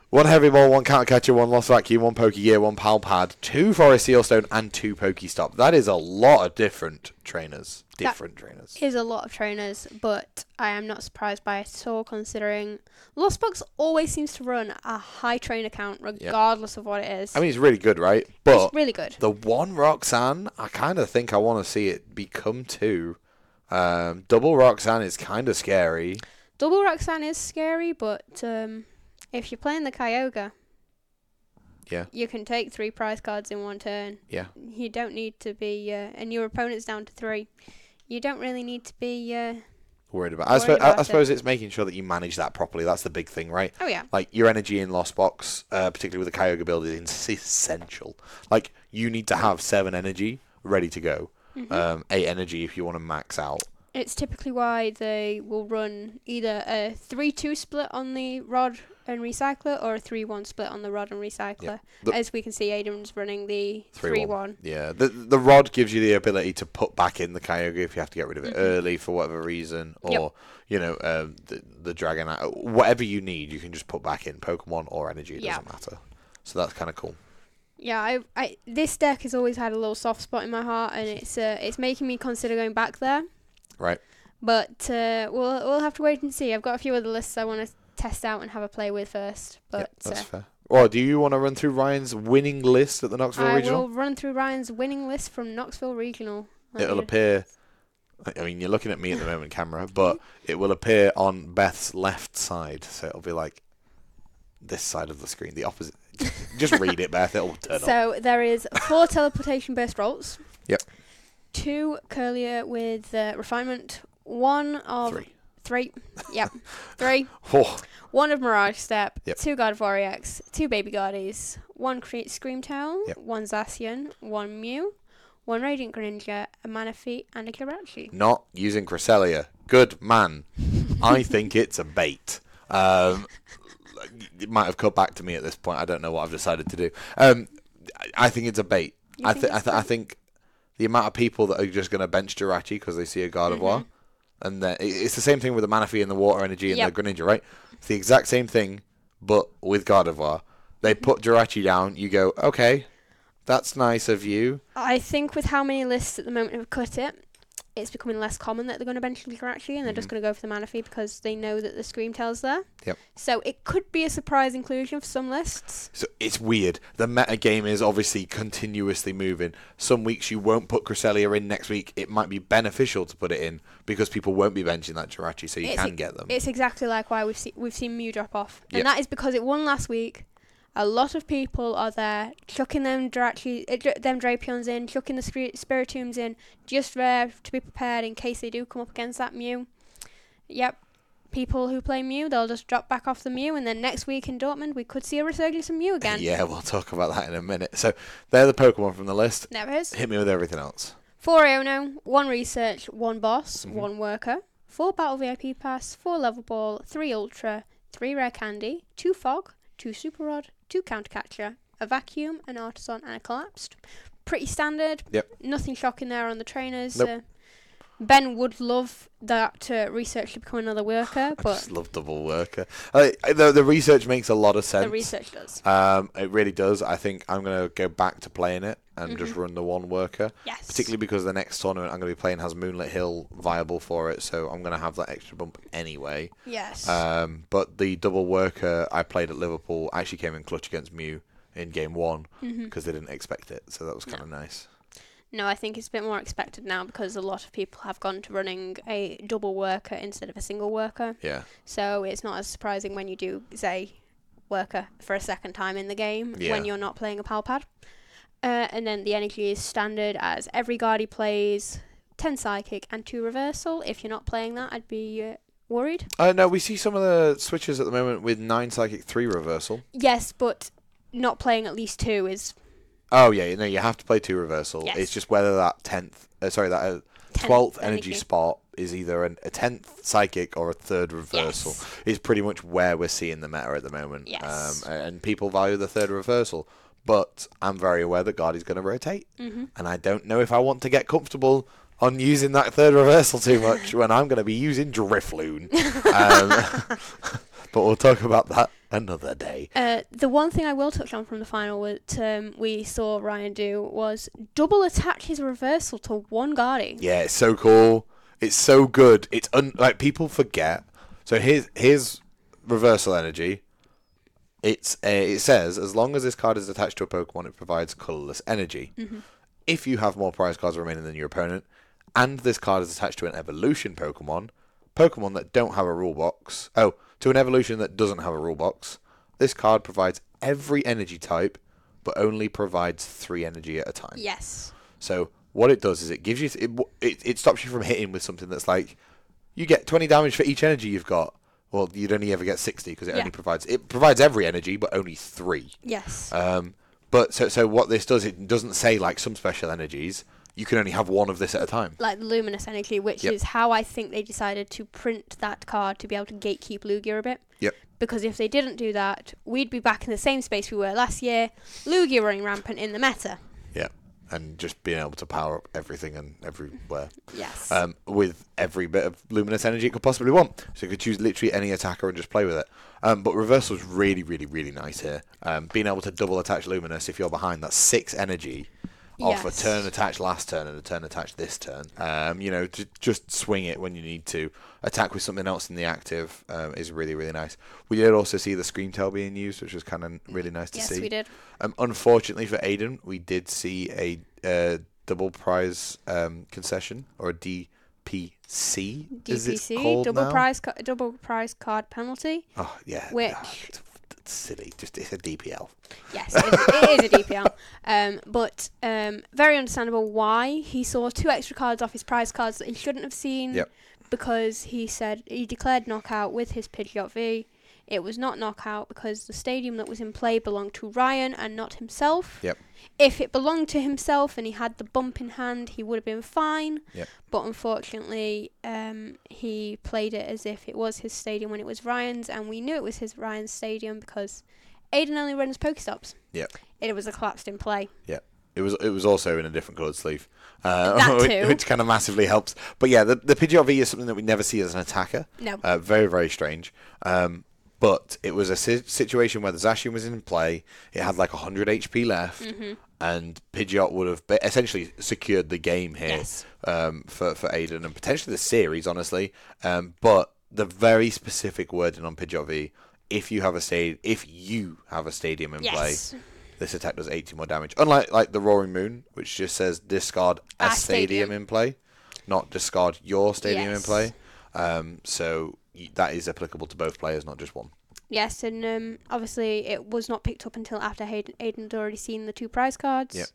Speaker 1: one Heavy Ball, one Counter Catcher, one Lost Vacuum, one Poke Gear, one Pal Pad, two Forest Seal Stone, and two Pokestop. That is a lot of different trainers. Different trainers.
Speaker 2: is a lot of trainers, but I am not surprised by it at all, considering Lost Box always seems to run a high trainer count, regardless of what it is.
Speaker 1: I mean, it's really good, right? But
Speaker 2: it's really good.
Speaker 1: The one Roxanne, I kind of think I want to see it become two. Um, double Roxanne is kind of scary.
Speaker 2: Double Roxanne is scary, but um, if you're playing the Kyogre,
Speaker 1: Yeah.
Speaker 2: you can take three prize cards in one turn.
Speaker 1: Yeah.
Speaker 2: You don't need to be, uh, and your opponent's down to three. You don't really need to be. Uh,
Speaker 1: Worried about. I,
Speaker 2: Worried
Speaker 1: suppose,
Speaker 2: about
Speaker 1: I, I
Speaker 2: it.
Speaker 1: suppose it's making sure that you manage that properly. That's the big thing, right?
Speaker 2: oh yeah,
Speaker 1: Like your energy in Lost Box, uh, particularly with the Kyogre build, is essential. Like you need to have seven energy ready to go.
Speaker 2: Mm-hmm.
Speaker 1: Um, eight energy if you want to max out.
Speaker 2: it's typically why they will run either a 3 2 split on the rod and recycler or a 3 1 split on the rod and recycler.
Speaker 1: The-
Speaker 2: As we can see, Aiden's running the 3, 1.
Speaker 1: Yeah, the the rod gives you the ability to put back in the Kyogre if you have to get rid of it early for whatever reason, or
Speaker 2: Mm-hmm. Yep.
Speaker 1: you know um, the the uh, Dragonite, whatever you need, you can just put back in Pokemon or energy. It
Speaker 2: Yeah.
Speaker 1: doesn't matter. So that's kind of cool.
Speaker 2: Yeah, I, I this deck has always had a little soft spot in my heart, and it's uh, it's making me consider going back there.
Speaker 1: Right.
Speaker 2: But uh, we'll we'll have to wait and see. I've got a few other lists I want to test out and have a play with first. But
Speaker 1: that's
Speaker 2: uh,
Speaker 1: fair. Well, do you want to run through Ryan's winning list at the Knoxville
Speaker 2: I
Speaker 1: Regional?
Speaker 2: will run through Ryan's winning list from Knoxville Regional. Let me
Speaker 1: It'll
Speaker 2: ju-
Speaker 1: appear. I mean, you're looking at me at the moment, camera, but it will appear on Beth's left side, so it'll be like this side of the screen, the opposite. Just read it, Beth. It'll turn up.
Speaker 2: So there is four teleportation burst rolls.
Speaker 1: Yep.
Speaker 2: Two curlier with uh, refinement. One of
Speaker 1: Three.
Speaker 2: three. Yep. three.
Speaker 1: Oh,
Speaker 2: One of Mirage Step,
Speaker 1: Yep.
Speaker 2: two God of E X, two Baby Guardies, one Cre- Scream Town,
Speaker 1: Yep.
Speaker 2: one Zacian, one Mew, one Radiant Greninja, a Manaphy, and a Kirachi.
Speaker 1: not using Cresselia. Good man. I think it's a bait. Um, it might have come back to me at this point. I don't know what I've decided to do. Um, I- I think it's a bait. I,
Speaker 2: think
Speaker 1: th- I,
Speaker 2: it's
Speaker 1: th- I think the amount of people that are just going to bench Jirachi because they see a Gardevoir, and the- it- it's the same thing with the Manaphy and the Water Energy and
Speaker 2: Mm-hmm. Yep.
Speaker 1: the Greninja, right? It's the exact same thing, but with Gardevoir. They
Speaker 2: Mm-hmm.
Speaker 1: put Jirachi down. You go, okay, that's nice of you.
Speaker 2: I think with how many lists at the moment have cut it, it's becoming less common that they're going to bench the Kirachi and they're just going to go for the Manaphy because they know that the Scream Tail's there.
Speaker 1: Yep.
Speaker 2: So it could be a surprise inclusion for some lists.
Speaker 1: So it's weird. The meta game is obviously continuously moving. Some weeks you won't put Cresselia in. Next week it might be beneficial to put it in because people won't be benching that Jirachi, so you
Speaker 2: It's
Speaker 1: can
Speaker 2: e-
Speaker 1: get them.
Speaker 2: It's exactly like why we've, se- we've seen Mew drop off. And
Speaker 1: Yep.
Speaker 2: that is because it won last week. A lot of people are there chucking them Drachi, uh, dra- them Drapions in, chucking the Scri- Spiritombs in, just there to be prepared in case they do come up against that Mew. Yep. People who play Mew, they'll just drop back off the Mew, and then next week in Dortmund, we could see a resurgence of Mew again.
Speaker 1: Yeah, we'll talk about that in a minute. So they're the Pokemon from the list.
Speaker 2: There it is.
Speaker 1: Hit me with everything else.
Speaker 2: Four Aono, one research, one boss,
Speaker 1: Mm-hmm.
Speaker 2: one worker, four battle VIP pass, four level ball, three ultra, three rare candy, two fog, two super rod, two counter catcher, a vacuum, an artisan, and a collapsed. Pretty standard.
Speaker 1: Yep.
Speaker 2: Nothing shocking there on the trainers.
Speaker 1: Nope.
Speaker 2: Uh, ben would love that uh, research to become another worker,
Speaker 1: I
Speaker 2: but
Speaker 1: just love double worker. I, I- the, the research makes a lot of sense.
Speaker 2: the research does.
Speaker 1: Um, it really does. I think I'm gonna go back to playing it and just
Speaker 2: Mm-hmm.
Speaker 1: run the one worker.
Speaker 2: Yes.
Speaker 1: Particularly because the next tournament I'm gonna be playing has Moonlit Hill viable for it, so I'm gonna have that extra bump anyway.
Speaker 2: Yes.
Speaker 1: Um, but the double worker I played at Liverpool actually came in clutch against Mew in game one because they didn't expect it, so that was kind of nice.
Speaker 2: No, I think it's a bit more expected now because a lot of people have gone to running a double worker instead of a single worker.
Speaker 1: Yeah,
Speaker 2: So it's not as surprising when you do say worker for a second time in the game
Speaker 1: Yeah.
Speaker 2: when you're not playing a pal pad. Uh, and then the energy is standard as every guard he plays 10 psychic and 2 reversal. If you're not playing that, I'd be uh, worried.
Speaker 1: uh, no, we see some of the switches at the moment with nine psychic, three reversal.
Speaker 2: Yes, but not playing at least 2 is
Speaker 1: Oh yeah, no, you have to play two reversal.
Speaker 2: Yes.
Speaker 1: It's just whether that tenth, uh, sorry, that
Speaker 2: Tenth
Speaker 1: twelfth energy
Speaker 2: energy.
Speaker 1: spot is either an, a tenth psychic or a third reversal.
Speaker 2: Yes.
Speaker 1: Is pretty much where we're seeing the meta at the moment.
Speaker 2: Yes.
Speaker 1: Um, a- and people value the third reversal, but I'm very aware that Guardi's going to rotate,
Speaker 2: Mm-hmm.
Speaker 1: and I don't know if I want to get comfortable on using that third reversal too much when I'm going to be using Drifloon. um, but we'll talk about that another day.
Speaker 2: Uh, the one thing I will touch on from the final that um, we saw Ryan do was double attach his reversal to one guardie.
Speaker 1: Yeah, it's so cool. It's so good. It's un- like people forget. So here's here's reversal energy. It's a, it says as long as this card is attached to a Pokemon, it provides colorless energy. If you have more prize cards remaining than your opponent, and this card is attached to an evolution Pokemon, Pokemon that don't have a rule box, oh, to an evolution that doesn't have a rule box, this card provides every energy type, but only provides three energy at a time.
Speaker 2: Yes. w-
Speaker 1: So what it does is it gives you it w- it, it stops you from hitting with something that's like you get 20 damage for each energy you've got. Well, you'd only ever get 60 because it
Speaker 2: Yeah.
Speaker 1: only provides it provides every energy but only 3.
Speaker 2: Yes.
Speaker 1: Um but so so what this does it doesn't say like some special energies you can only have one of this at a time.
Speaker 2: like the luminous energy, which
Speaker 1: Yep.
Speaker 2: is how I think they decided to print that card to be able to gatekeep Lugia a bit.
Speaker 1: Yep.
Speaker 2: Because if they didn't do that, we'd be back in the same space we were last year. Lugia running rampant in the meta.
Speaker 1: Yeah. and just being able to power up everything and everywhere
Speaker 2: Yes.
Speaker 1: um, with every bit of luminous energy it could possibly want. So you could choose literally any attacker and just play with it. Um, but reversal is really, really, really nice here. Um, being able to double attach luminous if you're behind that's six energy off
Speaker 2: Yes.
Speaker 1: a turn attached last turn and a turn attached this turn. Um, you know, j- just swing it when you need to. Attack with something else in the active um, is really, really nice. We did also see the scream tail being used, which was kind of really nice to
Speaker 2: yes,
Speaker 1: see.
Speaker 2: we did.
Speaker 1: Um, unfortunately for Aiden, we did see a uh, double prize um, concession or a DPC. is it's
Speaker 2: DPC
Speaker 1: called
Speaker 2: double
Speaker 1: now?
Speaker 2: prize ca- double prize card penalty.
Speaker 1: Oh yeah,
Speaker 2: which-
Speaker 1: Ah, it's- it's silly. Just it's a DPL.
Speaker 2: Yes, it is, it is a DPL. Um, but um, very understandable why he saw two extra cards off his prize cards that he shouldn't have seen.
Speaker 1: Yep.
Speaker 2: Because he said he declared knockout with his Pidgeot V. It was not knockout because the stadium that was in play belonged to Ryan and not himself.
Speaker 1: Yep.
Speaker 2: If it belonged to himself and he had the bump in hand, he would have been fine.
Speaker 1: Yep.
Speaker 2: But unfortunately, um, he played it as if it was his stadium when it was Ryan's, and we knew it was his Ryan's stadium because Aiden only runs Pokestops.
Speaker 1: Yep.
Speaker 2: It was a collapsed in play.
Speaker 1: Yeah. It was it was also in a different coloured sleeve, uh,
Speaker 2: That
Speaker 1: which,
Speaker 2: too.
Speaker 1: kind of massively helps. But yeah, the the Pidgeot V is something that we never see as an attacker.
Speaker 2: No.
Speaker 1: Uh, very very strange. Um, but it was a si- situation where the Zashian was in play. It had like 100 HP left,
Speaker 2: Mm-hmm.
Speaker 1: and Pidgeot would have ba- essentially secured the game here
Speaker 2: Yes.
Speaker 1: um, for for Aiden and potentially the series, honestly. Um, but the very specific wording on Pidgeot V, if you have a sta- if you have a stadium in play,
Speaker 2: Yes.
Speaker 1: this attack does 80 more damage. Unlike like the Roaring Moon, which just says discard a
Speaker 2: A
Speaker 1: stadium
Speaker 2: stadium.
Speaker 1: in play, not discard your stadium in
Speaker 2: Yes.
Speaker 1: play. Um, so y- that is applicable to both players, not just one.
Speaker 2: Yes, and um, obviously it was not picked up until after Hayden, Aiden had already seen the two prize cards.
Speaker 1: Yep.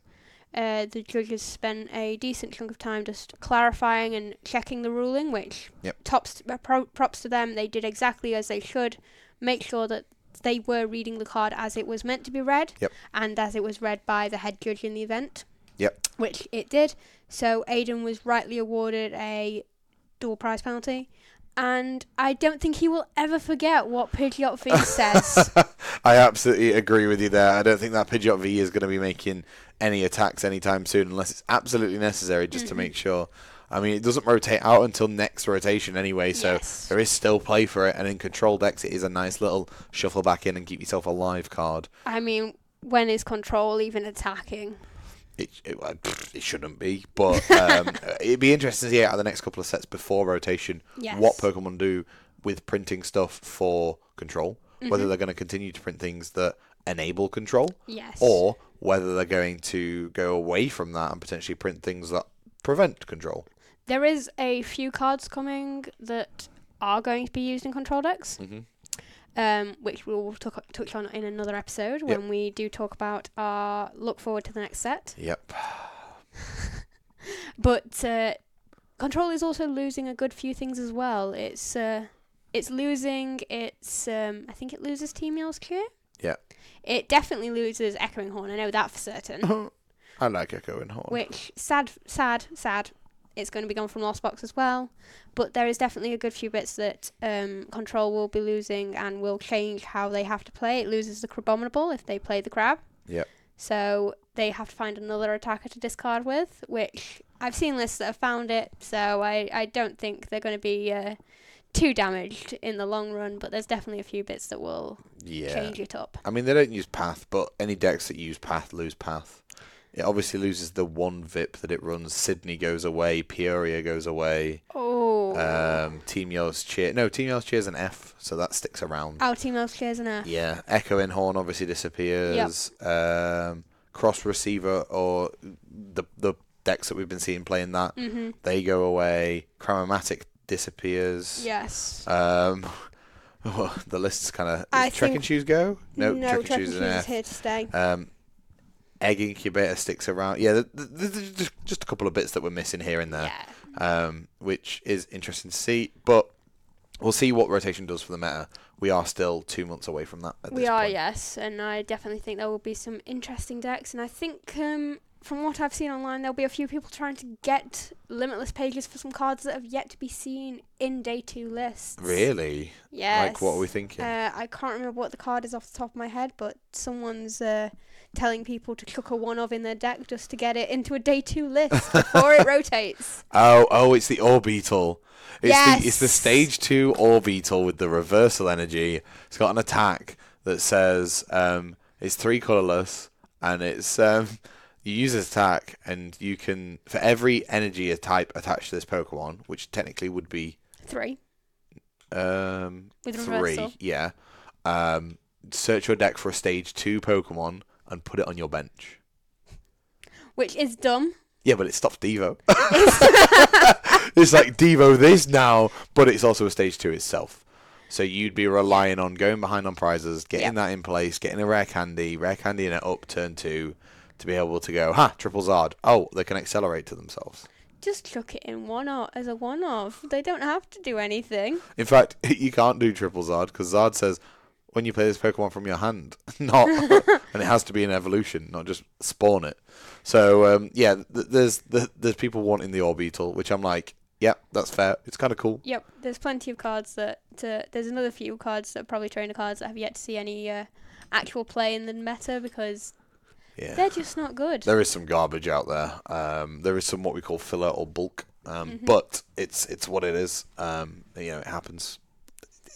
Speaker 2: Uh, the judges spent a decent chunk of time just clarifying and checking the ruling, which
Speaker 1: Yep.
Speaker 2: tops uh, pro- props to them. They did exactly as they should, make sure that they were reading the card as it was meant to be read,
Speaker 1: Yep.
Speaker 2: and as it was read by the head judge in the event.
Speaker 1: Yep.
Speaker 2: which it did. So Aiden was rightly awarded a dual prize penalty. And I don't think he will ever forget what Pidgeot V says.
Speaker 1: I absolutely agree with you there. I don't think that Pidgeot V is going to be making any attacks anytime soon unless it's absolutely necessary just
Speaker 2: Mm-hmm.
Speaker 1: to make sure. I mean, it doesn't rotate out until next rotation anyway, so
Speaker 2: Yes.
Speaker 1: there is still play for it. And in control decks, it is a nice little shuffle back in and keep yourself alive card.
Speaker 2: I mean, when is control even attacking?
Speaker 1: it it, well, pfft, it shouldn't be, but um, it'd be interesting to see out of the next couple of sets before rotation
Speaker 2: Yes.
Speaker 1: what Pokemon do with printing stuff for control.
Speaker 2: Mm-hmm.
Speaker 1: Whether they're going to continue to print things that enable control,
Speaker 2: Yes.
Speaker 1: or whether they're going to go away from that and potentially print things that prevent control.
Speaker 2: There is a few cards coming that are going to be used in control decks,
Speaker 1: Mhm.
Speaker 2: um, which we will talk, touch on in another episode when we do talk about our look forward to the next set.
Speaker 1: Yep.
Speaker 2: But uh, Control is also losing a good few things as well. It's uh, it's losing its um, I think it loses Team Meals Cure.
Speaker 1: Yeah.
Speaker 2: It definitely loses Echoing Horn. I know that for certain.
Speaker 1: I like Echo and Horn.
Speaker 2: which sad, sad, sad. It's going to be gone from Lost Box as well. But there is definitely a good few bits that um, Control will be losing and will change how they have to play. It loses the Crabominable if they play the Crab.
Speaker 1: Yep.
Speaker 2: So they have to find another attacker to discard with, which I've seen lists that have found it, so I, I don't think they're going to be uh, too damaged in the long run, but there's definitely a few bits that will
Speaker 1: Yeah.
Speaker 2: change it up.
Speaker 1: I mean, they don't use path, but any decks that use path lose path. It obviously loses the one VIP that it runs. Sydney goes away, Peoria goes away.
Speaker 2: Oh.
Speaker 1: Um, Team Yell's cheer. No, Team Yell's cheer is an F, so that sticks around.
Speaker 2: Our team else clears an Oh, F.
Speaker 1: Yeah, Echo in Horn obviously disappears. Um, cross receiver or the the decks that we've been seeing playing that
Speaker 2: Mm-hmm.
Speaker 1: they go away. Chromatic disappears.
Speaker 2: Yes.
Speaker 1: Um, the list's kind of
Speaker 2: I
Speaker 1: Trek and
Speaker 2: think-
Speaker 1: Choose go. No,
Speaker 2: no,
Speaker 1: Trek and
Speaker 2: Trek
Speaker 1: Choose is an
Speaker 2: Choose
Speaker 1: F.
Speaker 2: here to stay.
Speaker 1: Um, egg incubator sticks around. Yeah, th- th- th- th- just, just a couple of bits that we're missing here and there,
Speaker 2: Yeah.
Speaker 1: um, which is interesting to see. But we'll see what rotation does for the meta. We are still two months away from that. At
Speaker 2: We
Speaker 1: this
Speaker 2: are,
Speaker 1: point.
Speaker 2: yes, and I definitely think there will be some interesting decks, and I think um, from what I've seen online, there'll be a few people trying to get limitless pages for some cards that have yet to be seen in day two lists.
Speaker 1: Really?
Speaker 2: Yes.
Speaker 1: Like, what are we thinking?
Speaker 2: Uh, I can't remember what the card is off the top of my head, but someone's uh, telling people to cook a one of in their deck just to get it into a day two list before it rotates.
Speaker 1: oh, oh, it's the orbital. It's the it's the
Speaker 2: Yes.
Speaker 1: stage two orbital with the reversal energy. It's got an attack that says um, it's three colorless and it's um, you use this attack and you can for every energy type attached to this Pokemon, which technically would be
Speaker 2: Three.
Speaker 1: um,
Speaker 2: With
Speaker 1: three,
Speaker 2: reversal.
Speaker 1: yeah. Um, search your deck for a stage two Pokemon and put it on your bench.
Speaker 2: Which is dumb.
Speaker 1: Yeah, but it stops Devo. it's like Devo this now, but it's also a stage two itself. So you'd be relying on going behind on prizes, getting
Speaker 2: Yeah.
Speaker 1: that in place, getting a rare candy, rare candy in an up turn two, to be able to go, ha, triple Zard. Oh, they can accelerate to themselves.
Speaker 2: Just chuck it in one of as a one of. They don't have to do anything.
Speaker 1: In fact, you can't do triple Zard because Zard says when you play this Pokemon from your hand, not, and it has to be an evolution, not just spawn it. So um, yeah, th- there's th- there's people wanting the Orbeetle, which I'm like, yeah, that's fair. It's kind of cool.
Speaker 2: Yep, there's plenty of cards that. To, there's another few cards that are probably trainer cards that have yet to see any uh, actual play in the meta because
Speaker 1: Yeah.
Speaker 2: they're just not good.
Speaker 1: There is some garbage out there. Um, there is some what we call filler or bulk, um,
Speaker 2: Mm-hmm.
Speaker 1: but it's it's what it is. Um, you know, it happens.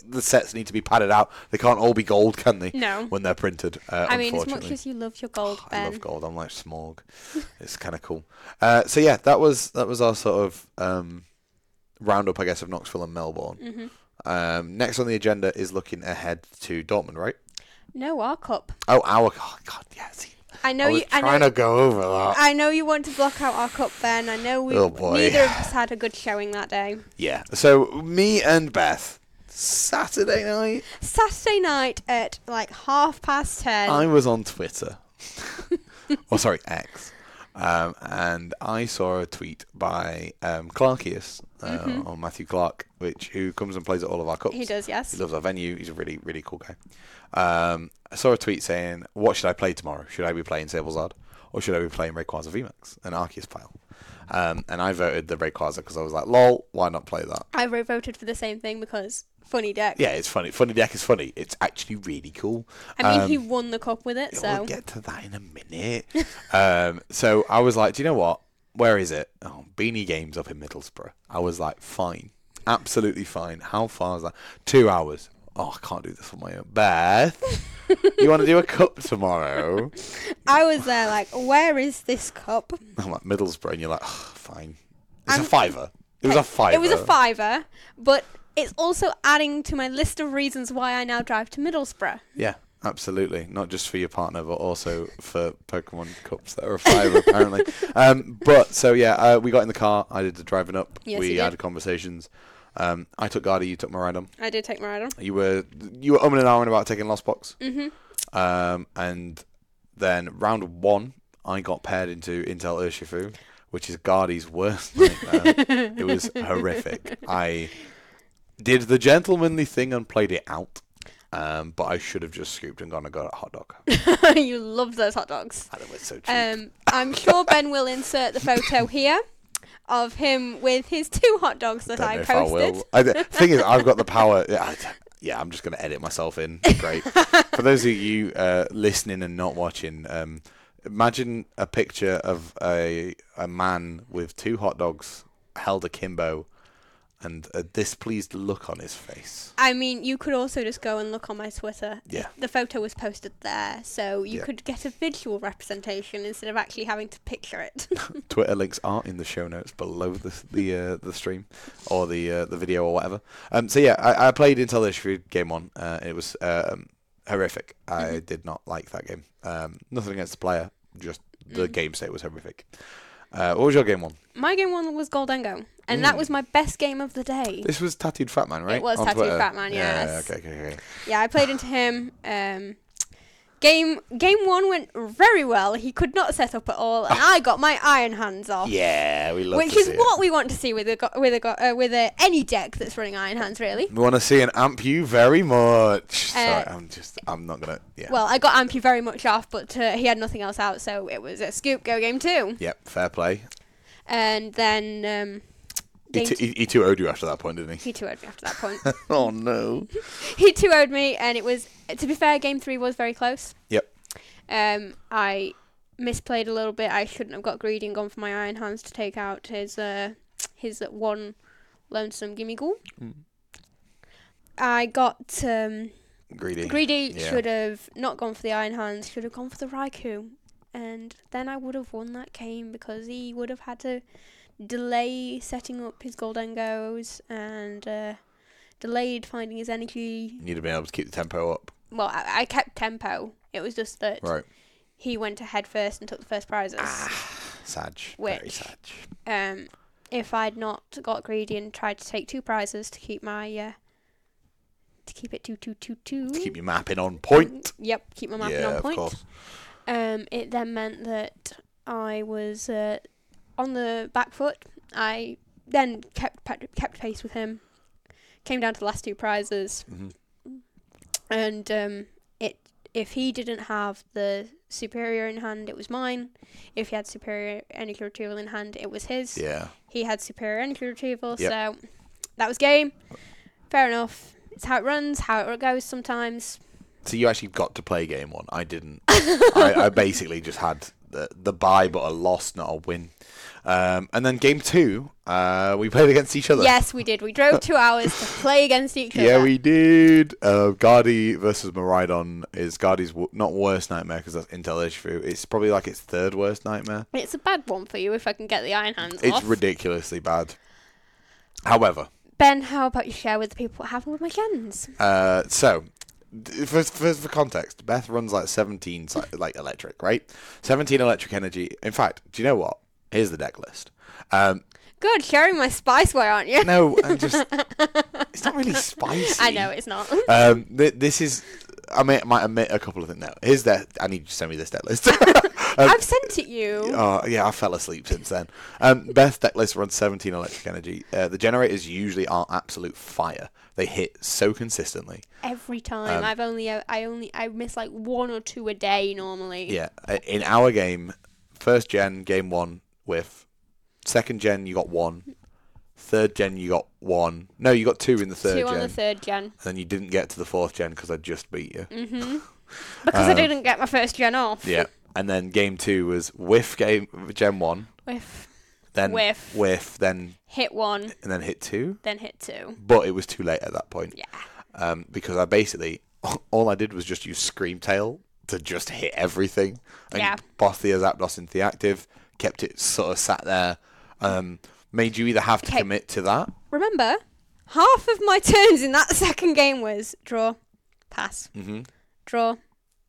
Speaker 1: The sets need to be padded out. They can't all be gold, can they?
Speaker 2: No.
Speaker 1: When they're printed, uh,
Speaker 2: I mean, as
Speaker 1: unfortunately.
Speaker 2: much as you love your gold,
Speaker 1: I
Speaker 2: Ben.
Speaker 1: love gold. I'm like Smog. it's kind of cool. Uh, so yeah, that was that was our sort of um, roundup, I guess, of Knoxville and Melbourne.
Speaker 2: Mm-hmm.
Speaker 1: Um, next on the agenda is looking ahead to Dortmund, right?
Speaker 2: No, our cup.
Speaker 1: Oh, our oh, God, yeah. See,
Speaker 2: I know
Speaker 1: I was
Speaker 2: you. I know,
Speaker 1: trying to go over that.
Speaker 2: I know you want to block out our cup, Ben. I know we
Speaker 1: Oh, boy.
Speaker 2: neither of us had a good showing that day.
Speaker 1: Yeah. So me and Beth, Saturday night,
Speaker 2: Saturday night at like half past ten.
Speaker 1: I was on Twitter. oh, sorry, X. Um, and I saw a tweet by um, Clarkius uh, on Matthew Clark, which who comes and plays at all of our cups.
Speaker 2: Mm-hmm. he does,
Speaker 1: He
Speaker 2: yes.
Speaker 1: loves our venue. He's a really, really cool guy. Um, I saw a tweet saying, "What should I play tomorrow? Should I be playing Sablezard or should I be playing Rayquaza VMAX, an Arceus pile?" Um, and I voted the Rayquaza because I was like, "Lol, why not play that?"
Speaker 2: I re- voted for the same thing because funny deck.
Speaker 1: Yeah, it's funny. Funny deck is funny. It's actually really cool.
Speaker 2: I mean, he won the cup with it,
Speaker 1: We'll
Speaker 2: so
Speaker 1: Um, get to that in a minute. um, so I was like, do you know what? Where is it? Oh, Beanie Games up in Middlesbrough. I was like, fine, absolutely fine. How far is that? Two hours. Oh, I can't do this on my own. Beth, you want to do a cup tomorrow?
Speaker 2: I was there like, where is this cup?
Speaker 1: I'm like Middlesbrough, and you're like, "Ugh, fine. It's a fiver. It was a fiver.
Speaker 2: It was a fiver, but it's also adding to my list of reasons why I now drive to Middlesbrough.
Speaker 1: Yeah, absolutely. Not just for your partner, but also for Pokemon cups that are a five apparently. Um, but so yeah, uh, we got in the car. I did the driving up.
Speaker 2: Yes,
Speaker 1: we
Speaker 2: you did.
Speaker 1: had conversations. Um, I took Garda. You took Maradon.
Speaker 2: I did take my ride on.
Speaker 1: You were you were umming and ahhing about taking Lost Box. Mm-hmm. Um, and then round one, I got paired into Intel Urshifu, which is Gardy's worst nightmare. it was horrific. I did the gentlemanly thing and played it out. Um, but I should have just scooped and gone and got a hot dog. I
Speaker 2: you loved those hot dogs.
Speaker 1: know it's so cheap.
Speaker 2: Um, I'm sure Ben will insert the photo here of him with his two hot dogs that
Speaker 1: Don't
Speaker 2: I
Speaker 1: know if
Speaker 2: posted.
Speaker 1: I will. I, the thing is, I've got the power. yeah, I- Yeah, I'm just going to edit myself in. Great. For those of you uh, listening and not watching, um, imagine a picture of a a man with two hot dogs held akimbo, and a displeased look on his face.
Speaker 2: I mean, you could also just go and look on my Twitter.
Speaker 1: Yeah.
Speaker 2: The photo was posted there, so you
Speaker 1: Yeah.
Speaker 2: could get a visual representation instead of actually having to picture it.
Speaker 1: Twitter links are in the show notes below the the uh, the stream or the uh, the video or whatever. Um, so yeah, I, I played Intel Issue game one. Uh, it was um, horrific. I
Speaker 2: Mm-hmm.
Speaker 1: did not like that game. Um, nothing against the player, just
Speaker 2: Mm.
Speaker 1: the game state was horrific. Uh, what was your game one?
Speaker 2: my game one was Golden Go, and
Speaker 1: Mm.
Speaker 2: that was my best game of the day.
Speaker 1: This was Tattooed Fat Man, right?
Speaker 2: was
Speaker 1: On
Speaker 2: Tattooed
Speaker 1: Twitter.
Speaker 2: Fat Man,
Speaker 1: Yeah, yeah,
Speaker 2: yes.
Speaker 1: okay, okay, okay.
Speaker 2: Yeah, I played into him. Um, Game game one went very well. He could not set up at all, and I got my iron hands off.
Speaker 1: Ah. Yeah, we love
Speaker 2: Which
Speaker 1: to
Speaker 2: is
Speaker 1: see it.
Speaker 2: what we want to see with a go- with a go- uh, with a, any deck that's running Iron Hands, really.
Speaker 1: We want to see an amp you very much.
Speaker 2: Uh,
Speaker 1: Sorry, I'm just, I'm not gonna. Yeah.
Speaker 2: Well, I got Ampy very much off, but uh, he had nothing else out, so it was a scoop go game two.
Speaker 1: yep. Fair play.
Speaker 2: And then um,
Speaker 1: He,
Speaker 2: game
Speaker 1: t-
Speaker 2: t-
Speaker 1: he, he two would you after that point, didn't he?
Speaker 2: he 2 would me after that point.
Speaker 1: oh no.
Speaker 2: he 2 would me, and it was, to be fair, game three was very close.
Speaker 1: Yep.
Speaker 2: Um, I misplayed a little bit. I shouldn't have got greedy and gone for my Iron Hands to take out his uh, his one lonesome gimme ghoul.
Speaker 1: Mm.
Speaker 2: I got um,
Speaker 1: Greedy.
Speaker 2: greedy.
Speaker 1: Yeah.
Speaker 2: Should have not gone for the Iron Hands. Should have gone for the Raikou, and then I would have won that game because he would have had to delay setting up his Goldengos and uh, delayed finding his energy.
Speaker 1: You'd have been able to keep the tempo up.
Speaker 2: Well, I, I kept tempo. It was just that
Speaker 1: Right. Ah,
Speaker 2: he went ahead first and took the first prizes.
Speaker 1: Sag. Very
Speaker 2: Which-
Speaker 1: sag.
Speaker 2: Um, if I'd not got greedy and tried to take two prizes to keep my uh, to keep it two two two two. Mm,
Speaker 1: To keep your mapping on point.
Speaker 2: Yep, keep my mapping
Speaker 1: yeah,
Speaker 2: on
Speaker 1: of
Speaker 2: point.
Speaker 1: course.
Speaker 2: Um, it then meant that I was uh, on the back foot. I then kept pa- kept pace with him. Came down to the last two prizes,
Speaker 1: Mhm.
Speaker 2: and um, it if he didn't have the superior in hand, it was mine. If he had superior energy retrieval in hand, it was his.
Speaker 1: Yeah.
Speaker 2: He had superior energy retrieval,
Speaker 1: Yep.
Speaker 2: so that was game. Fair enough. It's how it runs, how it goes sometimes.
Speaker 1: So you actually got to play game one. I didn't. I, I basically just had the the buy, but a loss, not a win. Um, and then game two, uh, we played against each other.
Speaker 2: Yes, we did. We drove two hours to play against each other.
Speaker 1: Yeah, we did. Uh, Guardi versus Maridon is Guardi's w- not worst nightmare because that's Intel issue. It's probably like its third worst nightmare.
Speaker 2: It's a bad one for you if I can get the iron hands
Speaker 1: It's
Speaker 2: off.
Speaker 1: ridiculously bad. However,
Speaker 2: ben, how about you share with the people what happened with my gens?
Speaker 1: uh, so d- for, for, for context, Beth runs like 17 si- like electric, right? 17 electric energy. In fact, do you know what? Here's the deck list. Um,
Speaker 2: Good, sharing my spiceware, aren't you?
Speaker 1: no, I'm just. it's not really spicy.
Speaker 2: I know it's not.
Speaker 1: Um, th- this is. I may, might omit a couple of things now. Here's that. I need you to send me this deck list. Um,
Speaker 2: I've sent it you.
Speaker 1: Oh yeah, I fell asleep since then. Um, Beth Decklist runs 17 electric energy. Uh, the generators usually are absolute fire. They hit so consistently.
Speaker 2: Every
Speaker 1: Um,
Speaker 2: time, I've only, uh, I only, I miss like one or two a day normally.
Speaker 1: Yeah, uh, in our game, first gen game one with, second gen you got one, third gen you got one. No, you got two in the third
Speaker 2: two
Speaker 1: gen.
Speaker 2: on the third gen
Speaker 1: and then you didn't get to the fourth gen because I just beat you.
Speaker 2: Mm. because I didn't get my first gen off.
Speaker 1: Um, Yeah. And then game two was whiff game gen one,
Speaker 2: Whiff,
Speaker 1: then
Speaker 2: Whiff.
Speaker 1: whiff, then
Speaker 2: hit one,
Speaker 1: and then hit two.
Speaker 2: then hit two.
Speaker 1: but it was too late at that point.
Speaker 2: Yeah.
Speaker 1: Um, because I basically all I did was just use Scream Tail to just hit everything. And
Speaker 2: Yeah.
Speaker 1: Bothia Zapdos into the active, kept it sort of sat there. Um, made you either have to
Speaker 2: Okay.
Speaker 1: commit to that.
Speaker 2: Remember, half of my turns in that second game was draw, pass,
Speaker 1: Mm-hmm.
Speaker 2: draw,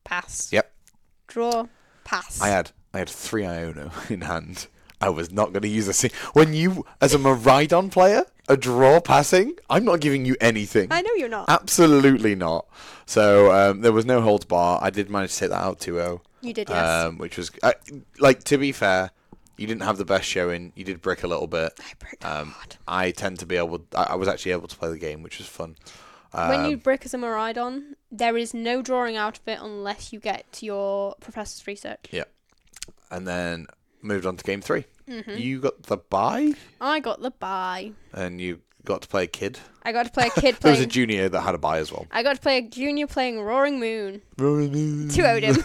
Speaker 2: pass,
Speaker 1: Yep.
Speaker 2: draw, pass.
Speaker 1: I had I had three Iono in hand. I was not going to use a sing- when you as a Maridon player a draw passing. I'm not giving you anything.
Speaker 2: I know you're
Speaker 1: uh,
Speaker 2: not.
Speaker 1: Absolutely not. So um, there was no holds bar. I did manage to take that out oh. 2-0.
Speaker 2: You did, yes.
Speaker 1: Um, which was uh, like to be fair, you didn't have the best showing. You did brick a little bit.
Speaker 2: I bricked
Speaker 1: Um,
Speaker 2: hard.
Speaker 1: I tend to be able. I, I was actually able to play the game, which was fun. Um,
Speaker 2: when you brick as a Maridon, there is no drawing out of it unless you get to your professor's research.
Speaker 1: yeah, and then moved on to game 3
Speaker 2: Mm-hmm.
Speaker 1: You got the bye,
Speaker 2: I got the buy.
Speaker 1: and you got to play a kid.
Speaker 2: I got to play a kid
Speaker 1: There was a
Speaker 2: playing.
Speaker 1: junior that had a bye as well.
Speaker 2: I got to play a junior playing Roaring Moon. Two Odin.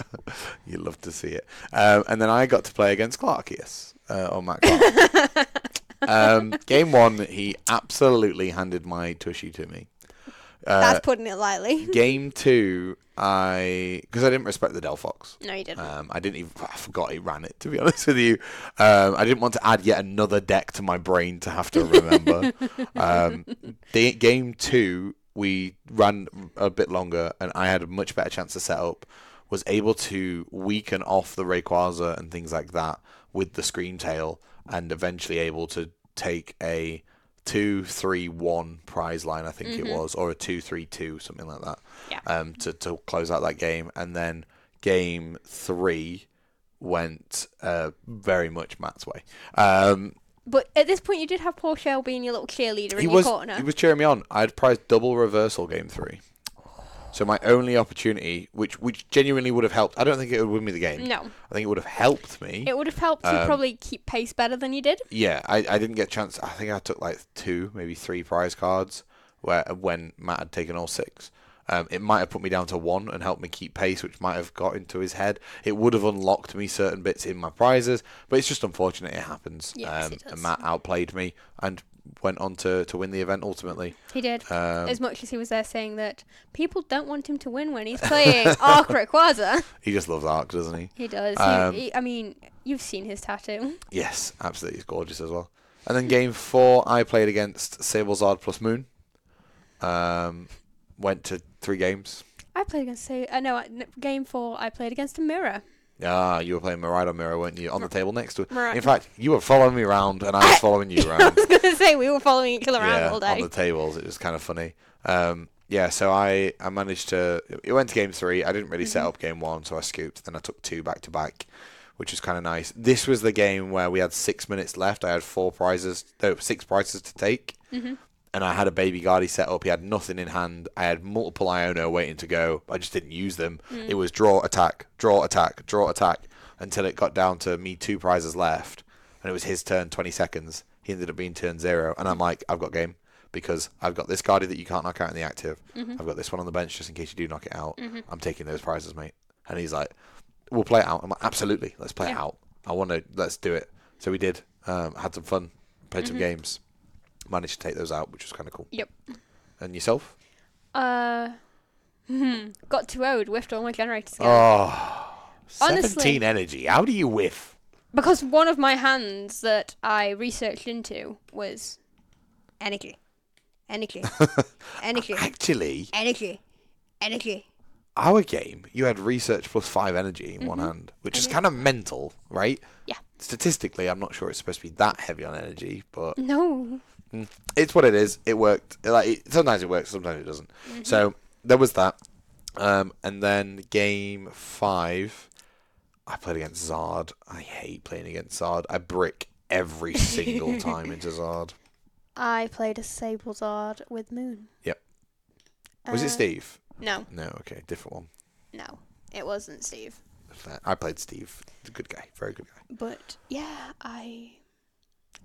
Speaker 1: you love to see it. Um, and then I got to play against Clarkius uh, on Matt Clark. um, game one, he absolutely handed my tushy to me.
Speaker 2: That's putting it lightly.
Speaker 1: Game two, I because I didn't respect the Delphox.
Speaker 2: No, you didn't.
Speaker 1: Um, I didn't even. I forgot he ran it. To be honest with you, um, I didn't want to add yet another deck to my brain to have to remember. um, the, game two, we ran a bit longer, and I had a much better chance to set up. Was able to weaken off the Rayquaza and things like that with the Scream Tail, and eventually able to take a two three one prize line, I think it was, or a two three two, something like that.
Speaker 2: Yeah.
Speaker 1: Um, to to close out that game, and then game three went uh very much Matt's way. Um,
Speaker 2: But at this point, you did have Paul Shelby in your little cheerleader
Speaker 1: he
Speaker 2: in
Speaker 1: was
Speaker 2: your corner.
Speaker 1: he was cheering me on. I had prized double reversal game three. So my only opportunity, which which genuinely would have helped, I don't think it would win me the game.
Speaker 2: No.
Speaker 1: I think it would have helped me.
Speaker 2: It would have helped
Speaker 1: Um,
Speaker 2: you probably keep pace better than you did.
Speaker 1: yeah, I, I didn't get a chance. I think I took like two, maybe three prize cards where when Matt had taken all six. Um, it might have put me down to one and helped me keep pace, which might have got into his head. It would have unlocked me certain bits in my prizes, but it's just unfortunate it happens.
Speaker 2: Yes,
Speaker 1: um,
Speaker 2: it does.
Speaker 1: And Matt outplayed me and went on to, to win the event ultimately.
Speaker 2: He did.
Speaker 1: Um,
Speaker 2: as much as he was there saying that people don't want him to win when he's playing Arca Quaza.
Speaker 1: He just loves Ark, doesn't he?
Speaker 2: He does. He-
Speaker 1: Um,
Speaker 2: he- I mean, you've seen his tattoo.
Speaker 1: Yes, absolutely. He's gorgeous as well. And then game four, I played against Sablezard plus Moon. Um, went to three games.
Speaker 2: I played against. Say, uh, no, I- n- game four. I played against a mirror.
Speaker 1: Ah, you were playing Mirada Mirror, weren't you? On the table next to it.
Speaker 2: Mirada.
Speaker 1: In fact, you were following me around and I was following you
Speaker 2: I
Speaker 1: around.
Speaker 2: was gonna say we were following each other Ah! around
Speaker 1: yeah,
Speaker 2: all
Speaker 1: on
Speaker 2: day.
Speaker 1: the tables. It was kind of funny. Um, yeah, so I, I managed to. It went to game three. I didn't really
Speaker 2: Mm-hmm.
Speaker 1: set up game one, so I scooped. Then I took two back to back, which was kind of nice. This was the game where we had six minutes left. I had four prizes, no, six prizes to take.
Speaker 2: Mm-hmm.
Speaker 1: And I had a baby guard he set up. He had nothing in hand. I had multiple Iono waiting to go. I just didn't use them. It was draw, attack, draw, attack, draw, attack until it got down to me two prizes left. And it was his turn 20 seconds. He ended up being turn zero. And I'm like, I've got game because I've got this guardy that you can't knock out in the active. I've got this one on the bench just in case you do knock it out. I'm taking those prizes, mate. And he's like, we'll play it out. I'm like, absolutely. Let's play it out. I want to, let's do it. So we did. Um, had some fun, played some games, managed to take those out, which was kind of cool.
Speaker 2: Yep.
Speaker 1: And yourself?
Speaker 2: Uh, hmm, got too old. Whiffed all my generators again.
Speaker 1: Oh,
Speaker 2: Honestly-
Speaker 1: 17 energy. How do you whiff?
Speaker 2: Because one of my hands that I researched into was energy. Energy. energy.
Speaker 1: Actually,
Speaker 2: Energy. Energy.
Speaker 1: our game, you had research plus five energy in
Speaker 2: Mm-hmm.
Speaker 1: one hand, which is kind of mental, right?
Speaker 2: Yeah.
Speaker 1: Statistically, I'm not sure it's supposed to be that heavy on energy, but
Speaker 2: No.
Speaker 1: it's what it is. It worked. It, Like it, sometimes it works, sometimes it doesn't. So there was that. Um, and then game five, I played against Zard. I hate playing against Zard. I brick every single time into Zard.
Speaker 2: I played a Sablezard with Moon.
Speaker 1: Yep.
Speaker 2: Uh,
Speaker 1: Was it Steve?
Speaker 2: No,
Speaker 1: No. Okay, different one.
Speaker 2: no, it wasn't Steve.
Speaker 1: I played Steve. He's a good guy. Very good guy.
Speaker 2: But yeah, I,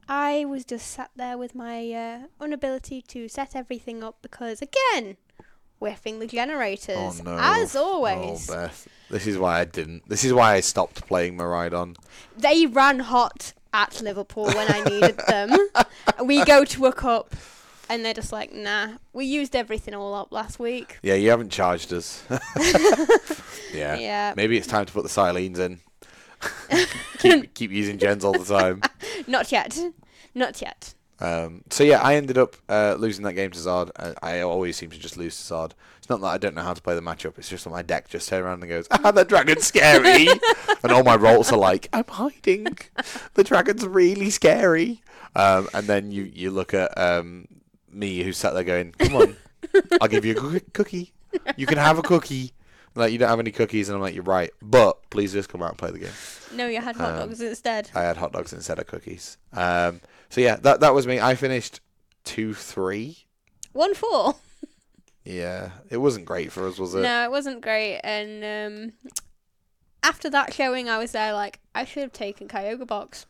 Speaker 2: I was just sat there with my uh, inability to set everything up because again, whiffing the generators
Speaker 1: Oh no.
Speaker 2: as always.
Speaker 1: Oh, Beth. This is why I didn't. This is why I stopped playing Maridon.
Speaker 2: they ran hot at Liverpool when I needed them. we go to a cup, and they're just like, nah, we used everything all up last week.
Speaker 1: Yeah, you haven't charged us. yeah.
Speaker 2: Yeah.
Speaker 1: Maybe it's time to put the Silenes in. keep, keep using gens all the time.
Speaker 2: Not yet, not yet.
Speaker 1: Um, so yeah, I ended up uh, losing that game to Zard. I, I always seem to just lose to Zard. It's not that I don't know how to play the matchup. It's just that my deck just turns around and goes, "Ah, the dragon's scary," and all my rolls are like, "I'm hiding." The dragon's really scary. Um, and then you you look at um, me who's sat there going, "Come on, I'll give you a coo- cookie. You can have a cookie." Like you don't have any cookies, and I'm like, "You're right," but please just come out and play the game.
Speaker 2: No, you had hot
Speaker 1: Um,
Speaker 2: dogs instead.
Speaker 1: I had hot dogs instead of cookies. Um, so yeah, that that was me. I finished two three.
Speaker 2: One four.
Speaker 1: Yeah, it wasn't great for us, was it?
Speaker 2: No, it wasn't great. And um, after that showing, I was there like, I should have taken Kyogre Box.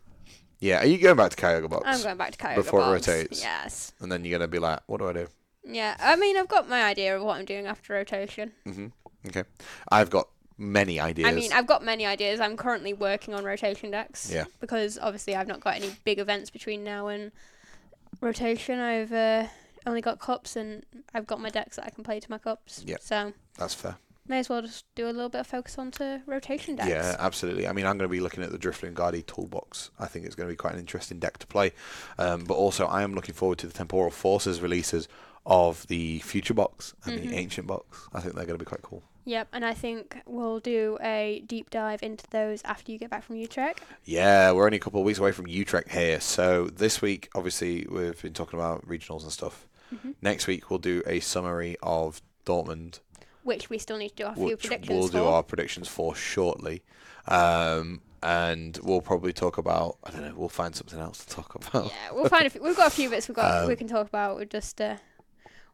Speaker 1: Yeah, are you going back to Kyogre box?
Speaker 2: I'm going back to Kyogre
Speaker 1: Before it
Speaker 2: Box.
Speaker 1: rotates.
Speaker 2: Yes.
Speaker 1: And then you're gonna be like, what do I do?
Speaker 2: Yeah. I mean, I've got my idea of what I'm doing after rotation.
Speaker 1: Mm-hmm. Okay, I've got many ideas.
Speaker 2: I mean, I've got many ideas. I'm currently working on rotation decks.
Speaker 1: Yeah.
Speaker 2: Because obviously, I've not got any big events between now and rotation. I've uh, only got cups, and I've got my decks that I can play to my cups.
Speaker 1: Yeah.
Speaker 2: So
Speaker 1: That's fair.
Speaker 2: may as well just do a little bit of focus onto rotation decks.
Speaker 1: Yeah, absolutely. I mean, I'm going to be looking at the Drifloon Guardi toolbox. I think it's going to be quite an interesting deck to play. Um, but also, I am looking forward to the Temporal Forces releases of the future box and
Speaker 2: Mm-hmm.
Speaker 1: the ancient box. I think they're going to be quite cool.
Speaker 2: Yep, and I think we'll do a deep dive into those after you get back from Utrecht.
Speaker 1: Yeah, we're only a couple of weeks away from Utrecht here. So this week, obviously, we've been talking about regionals and stuff. Next week, we'll do a summary of Dortmund,
Speaker 2: which we still need to do our few
Speaker 1: which
Speaker 2: predictions
Speaker 1: we'll do
Speaker 2: for.
Speaker 1: our predictions for shortly. Um, and we'll probably talk about, I don't know, we'll find something else to talk about.
Speaker 2: Yeah, we'll find. A few, we've got a few bits
Speaker 1: Um,
Speaker 2: we got we can talk about. We just uh,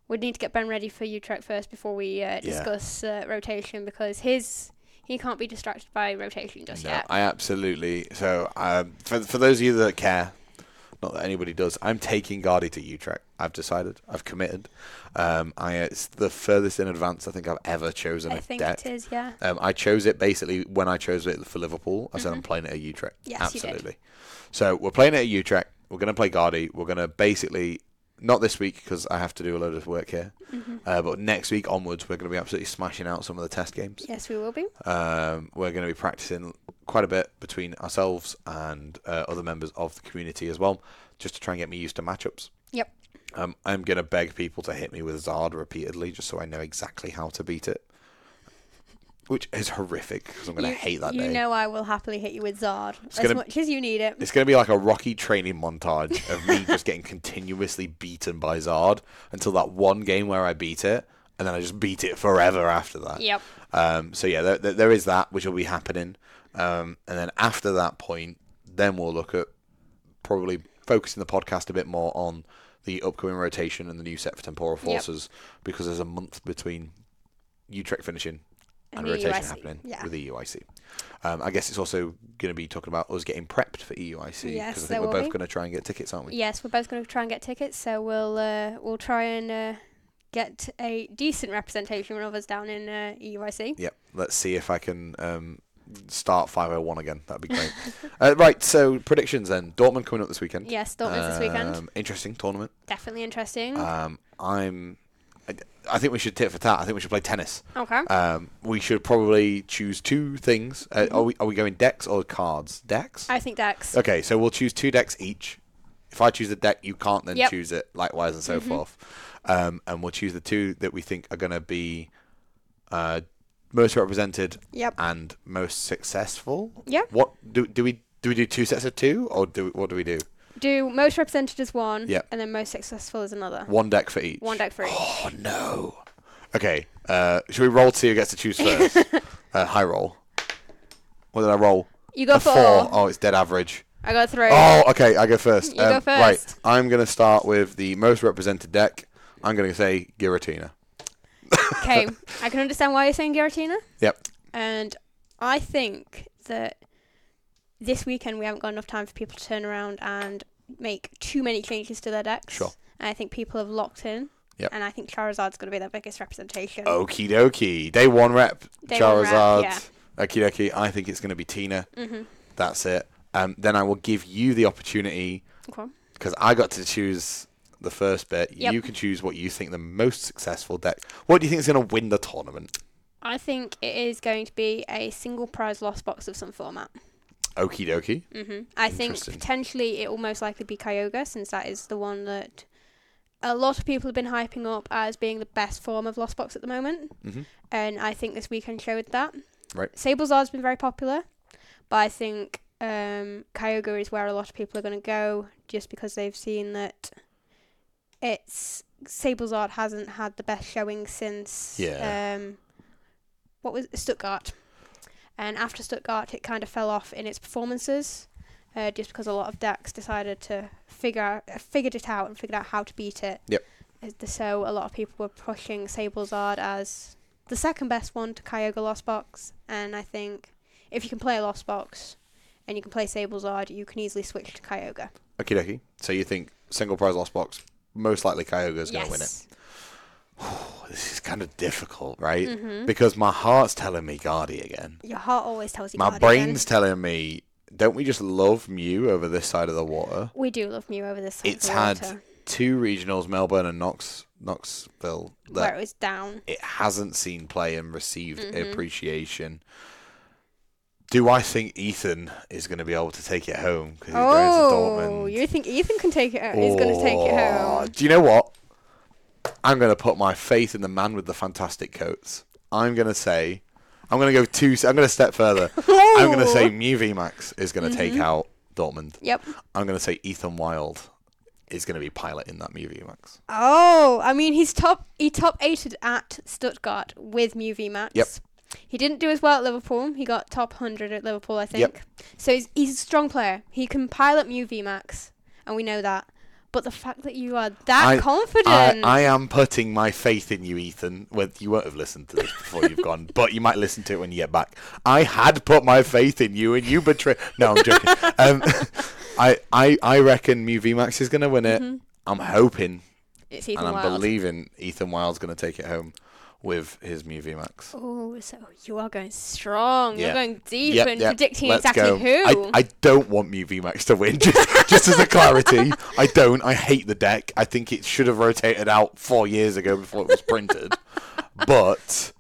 Speaker 2: we need to get Ben ready for Utrecht first before we uh, discuss uh, rotation because his he can't be distracted by rotation just
Speaker 1: No,
Speaker 2: yet.
Speaker 1: I absolutely. So um, for for those of you that care, not that anybody does, I'm taking Guardy to Utrecht. I've decided. I've committed. Um, I it's the furthest in advance I think I've ever chosen
Speaker 2: I,
Speaker 1: a
Speaker 2: think
Speaker 1: deck.
Speaker 2: it is. Yeah.
Speaker 1: Um, I chose it basically when I chose it for Liverpool. I said I'm playing it at Utrecht.
Speaker 2: Mm-hmm. Yes, you did.
Speaker 1: absolutely. So we're playing it at Utrecht. We're going to play Guardy. We're going to basically not this week because I have to do a load of work here. Uh, but next week onwards, we're going to be absolutely smashing out some of the test games.
Speaker 2: Yes, we will be.
Speaker 1: Um, we're going to be practicing quite a bit between ourselves and uh, other members of the community as well, just to try and get me used to matchups.
Speaker 2: Yep.
Speaker 1: Um, I'm going to beg people to hit me with Zard repeatedly, just so I know exactly how to beat it, which is horrific because I'm going
Speaker 2: you,
Speaker 1: to hate that
Speaker 2: you
Speaker 1: day.
Speaker 2: know I will happily hit you with Zard as
Speaker 1: gonna-
Speaker 2: much as you need it.
Speaker 1: It's going to be like a Rocky training montage of me just getting continuously beaten by Zard until that one game where I beat it, and then I just beat it forever after that.
Speaker 2: Yep.
Speaker 1: Um, so yeah, there, there, there is that which will be happening, um, and then after that point, then we'll look at probably focusing the podcast a bit more on the upcoming rotation and the new set for temporal forces because there's a month between Utrecht finishing and,
Speaker 2: And the E
Speaker 1: rotation
Speaker 2: EUIC,
Speaker 1: happening
Speaker 2: yeah.
Speaker 1: with E EUIC. Um, I guess it's also going to be talking about us getting prepped for EUIC because
Speaker 2: Yes,
Speaker 1: I
Speaker 2: there
Speaker 1: think we're
Speaker 2: will
Speaker 1: both
Speaker 2: be.
Speaker 1: going to try and get tickets, aren't we?
Speaker 2: Yes, we're both going to try and get tickets, so we'll uh, we'll try and uh, get a decent representation of us down in uh, EUIC.
Speaker 1: Yep. Let's see if I can um, start 501 again. That'd be great. uh, right. So predictions then. Dortmund coming up this weekend.
Speaker 2: Yes, Dortmund's this weekend.
Speaker 1: Um, interesting tournament.
Speaker 2: Definitely interesting.
Speaker 1: Um, I'm. I, I think we should tit for tat. I think we should play tennis.
Speaker 2: okay.
Speaker 1: Um, we should probably choose two things. Uh, Are we are we going decks or cards? Decks.
Speaker 2: I think Dax.
Speaker 1: okay, so we'll choose two decks each. If I choose a deck, you can't then
Speaker 2: Yep. Mm-hmm.
Speaker 1: choose it. Likewise and so forth. Um, and we'll choose the two that we think are going to be uh, most represented
Speaker 2: Yep.
Speaker 1: and most successful.
Speaker 2: Yeah.
Speaker 1: What do do we do? We do two sets of two, or do we, what do we do?
Speaker 2: Do most represented as one,
Speaker 1: Yep.
Speaker 2: and then most successful is another.
Speaker 1: One deck for each.
Speaker 2: One deck for each.
Speaker 1: Oh no. Okay. Uh, should we roll to see who gets to choose first? uh, high roll. What did I roll?
Speaker 2: You go
Speaker 1: a
Speaker 2: for
Speaker 1: four. Oh, it's dead average.
Speaker 2: I got three.
Speaker 1: Oh, okay. I go first. Um,
Speaker 2: You go
Speaker 1: Right.
Speaker 2: first.
Speaker 1: I'm gonna start with the most represented deck. I'm gonna say Giratina.
Speaker 2: Okay, I can understand why you're saying Giratina,
Speaker 1: Yep.
Speaker 2: and I think that this weekend we haven't got enough time for people to turn around and make too many changes to their decks.
Speaker 1: Sure.
Speaker 2: And I think people have locked in.
Speaker 1: Yep. Oh.
Speaker 2: And I think Charizard's going to be their biggest representation.
Speaker 1: Okie dokie. Day one rep.
Speaker 2: Day one rep,
Speaker 1: Charizard.
Speaker 2: yeah.
Speaker 1: Okie dokie. I think it's gonna be Tina. Mm-hmm. That's it. Um, then I will give you the opportunity
Speaker 2: Okay.
Speaker 1: because I got to choose the first bit.
Speaker 2: Yep.
Speaker 1: You can choose what you think the most successful deck. What do you think is going to win the tournament?
Speaker 2: I think it is going to be a single prize lost box of some format.
Speaker 1: Okie dokie.
Speaker 2: hmm I think
Speaker 1: Interesting.
Speaker 2: potentially it will most likely be Kyogre, since that is the one that a lot of people have been hyping up as being the best form of Lost Box at the moment.
Speaker 1: Mhm.
Speaker 2: And I think this weekend showed that.
Speaker 1: Right.
Speaker 2: Sablezard's been very popular, but I think um, Kyogre is where a lot of people are going to go just because they've seen that it's. Sablezard hasn't had the best showing since.
Speaker 1: Yeah.
Speaker 2: Um, what was Stuttgart? And after Stuttgart, it kind of fell off in its performances, uh, just because a lot of decks decided to figure out, uh, figured it out and figured out how to beat it.
Speaker 1: Yep.
Speaker 2: Uh, th- So a lot of people were pushing Sablezard as the second best one to Kyogre Lost Box, and I think if you can play a Lost Box and you can play Sablezard, you can easily switch to Kyogre.
Speaker 1: Okie dokie. So you think single prize lost box? Most likely Kyogre is going to win it. Oh, This is kind of difficult, right?
Speaker 2: Mm-hmm.
Speaker 1: Because my heart's telling me Guardi again.
Speaker 2: Your heart always tells you.
Speaker 1: My
Speaker 2: Guardian.
Speaker 1: brain's telling me, don't we just love Mew over this side of the water?
Speaker 2: We do love Mew over this. side of
Speaker 1: It's
Speaker 2: the
Speaker 1: had
Speaker 2: water,
Speaker 1: two regionals, Melbourne and Knox, Knoxville. that-
Speaker 2: where it was down.
Speaker 1: it hasn't seen play and received
Speaker 2: Mm-hmm.
Speaker 1: appreciation. Do I think Ethan is going to be able to take it home because he's
Speaker 2: Oh,
Speaker 1: going to Dortmund?
Speaker 2: you think Ethan can take it? He's going to take it
Speaker 1: Oh,
Speaker 2: home.
Speaker 1: Do you know what? I'm going to put my faith in the man with the fantastic coats. I'm going to say, I'm going to go two. I'm going to step further. I'm going to say Mu Max is going to
Speaker 2: Mm-hmm.
Speaker 1: take out Dortmund.
Speaker 2: Yep.
Speaker 1: I'm going to say Ethan Wild is going to be piloting that Mu Max.
Speaker 2: Oh, I mean, he's top. He top eighted at Stuttgart with Muvi Max.
Speaker 1: Yep.
Speaker 2: He didn't do as well at Liverpool. He got top hundred at Liverpool, I think.
Speaker 1: Yep.
Speaker 2: So he's he's a strong player. He can pilot Muvi Max, and we know that. But the fact that you are that
Speaker 1: I-
Speaker 2: confident,
Speaker 1: I, I am putting my faith in you, Ethan. Well, you won't have listened to this before you've gone, but you might listen to it when you get back. I had put my faith in you, and you betray. No, I'm joking. um, I, I, I reckon Mu Max is going to win it. I'm hoping
Speaker 2: it's Ethan
Speaker 1: and I'm
Speaker 2: Wild.
Speaker 1: believing Ethan Wild's going to take it home with his Movie Max.
Speaker 2: oh, so you are going strong. You're
Speaker 1: Yeah.
Speaker 2: going deep
Speaker 1: Yep,
Speaker 2: and
Speaker 1: yep,
Speaker 2: predicting
Speaker 1: let's
Speaker 2: exactly
Speaker 1: go.
Speaker 2: who.
Speaker 1: I, I don't want Movie Max to win, just, just as a clarity. I don't. I hate the deck. I think it should have rotated out four years ago before it was printed. but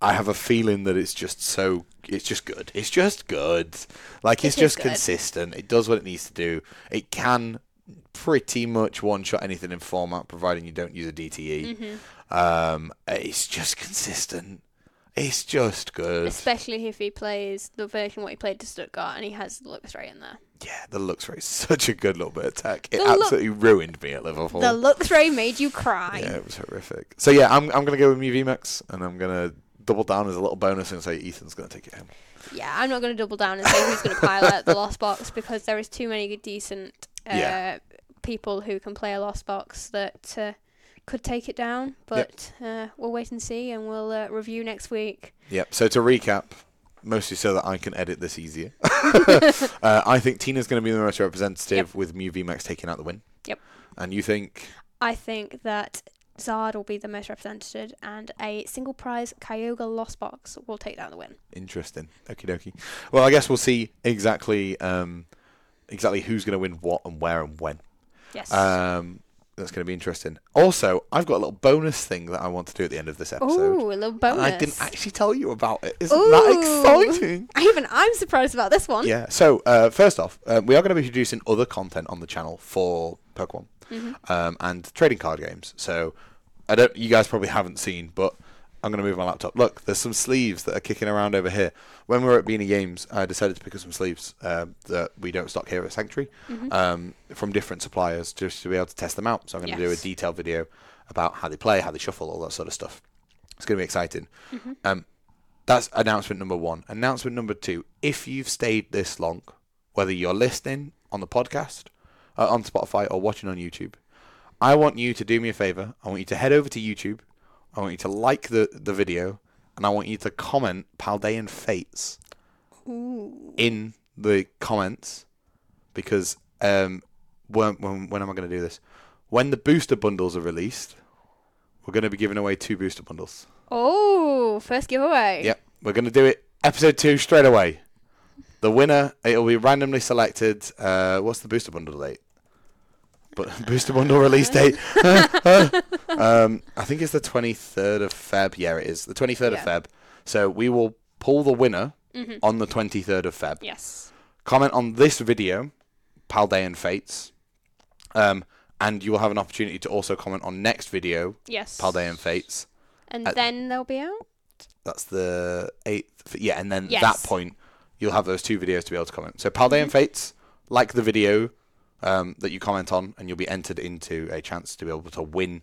Speaker 1: I have a feeling that it's just so. It's just good. It's just good. Like, it's
Speaker 2: It is
Speaker 1: just
Speaker 2: good.
Speaker 1: consistent. It does what it needs to do. It can pretty much one shot anything in format, providing you don't use a DTE.
Speaker 2: Mm-hmm.
Speaker 1: Um, it's just consistent. It's just good.
Speaker 2: Especially if he plays the version what he played to Stuttgart, and he has looks right in there.
Speaker 1: Yeah, the looks right. Such a good little bit of tech. It
Speaker 2: The look-
Speaker 1: absolutely ruined me at Liverpool.
Speaker 2: The looks ray made you cry.
Speaker 1: yeah, it was horrific. So yeah, I'm I'm gonna go with Mu Max, and I'm gonna double down as a little bonus and say Ethan's gonna take it home.
Speaker 2: Yeah, I'm not going to double down and say who's going to pilot the Lost Box because there is too many decent uh,
Speaker 1: Yeah.
Speaker 2: people who can play a Lost Box that uh, could take it down. But uh, we'll wait and see, and we'll uh, review next week.
Speaker 1: Yep. So to recap, mostly so that I can edit this easier. uh, I think Tina's gonna be the most representative with Mu Max taking out the win.
Speaker 2: Yep.
Speaker 1: And you think?
Speaker 2: I think that Zard will be the most represented, and a single prize Kyogre Lost Box will take down the win.
Speaker 1: Interesting. Okie dokie. Well, I guess we'll see exactly um, exactly who's gonna win what and where and when.
Speaker 2: Yes.
Speaker 1: Um, that's going to be interesting. Also, I've got a little bonus thing that I want to do at the end of this episode.
Speaker 2: Ooh, a little
Speaker 1: and
Speaker 2: bonus.
Speaker 1: I didn't actually tell you about it. Isn't
Speaker 2: Ooh.
Speaker 1: that exciting?
Speaker 2: Even I'm surprised about this one.
Speaker 1: Yeah. So, uh, first off, uh, we are going to be producing other content on the channel for Pokemon
Speaker 2: Mm-hmm.
Speaker 1: um, and trading card games. So, I don't. You guys probably haven't seen, but I'm going to move my laptop. Look, there's some sleeves that are kicking around over here. When we were at Beanie Games, I decided to pick up some sleeves uh, that we don't stock here at Sanctuary
Speaker 2: Mm-hmm.
Speaker 1: um, from different suppliers just to be able to test them out. So, I'm going to
Speaker 2: Yes.
Speaker 1: do a detailed video about how they play, how they shuffle, all that sort of stuff. It's going to be exciting. Um, that's announcement number one. Announcement number two: If you've stayed this long, whether you're listening on the podcast, uh, on Spotify, or watching on YouTube, I want you to do me a favor. I want you to head over to YouTube. I want you to like the the video, and I want you to comment Paldean Fates in the comments because um, when when when am I going to do this? When the booster bundles are released, we're going to be giving away two booster bundles.
Speaker 2: Oh, first giveaway.
Speaker 1: Yep, we're going to do it. Episode two straight away. The winner it'll be randomly selected. Uh, what's the booster bundle date? But booster bundle release date. um, I think it's the twenty third of Feb. Yeah, it is the twenty third
Speaker 2: Yeah.
Speaker 1: of Feb. So we will pull the winner on the twenty third of Feb
Speaker 2: Mm-hmm. Yes.
Speaker 1: comment on this video, Paldean Fates, um, and you will have an opportunity to also comment on next video,
Speaker 2: Yes.
Speaker 1: Paldean Fates.
Speaker 2: And
Speaker 1: Uh,
Speaker 2: then they'll be out.
Speaker 1: That's the eighth. Yeah, and then
Speaker 2: Yes. Mm-hmm.
Speaker 1: that point, you'll have those two videos to be able to comment. So Paldean Fates, like the video um, that you comment on, and you'll be entered into a chance to be able to win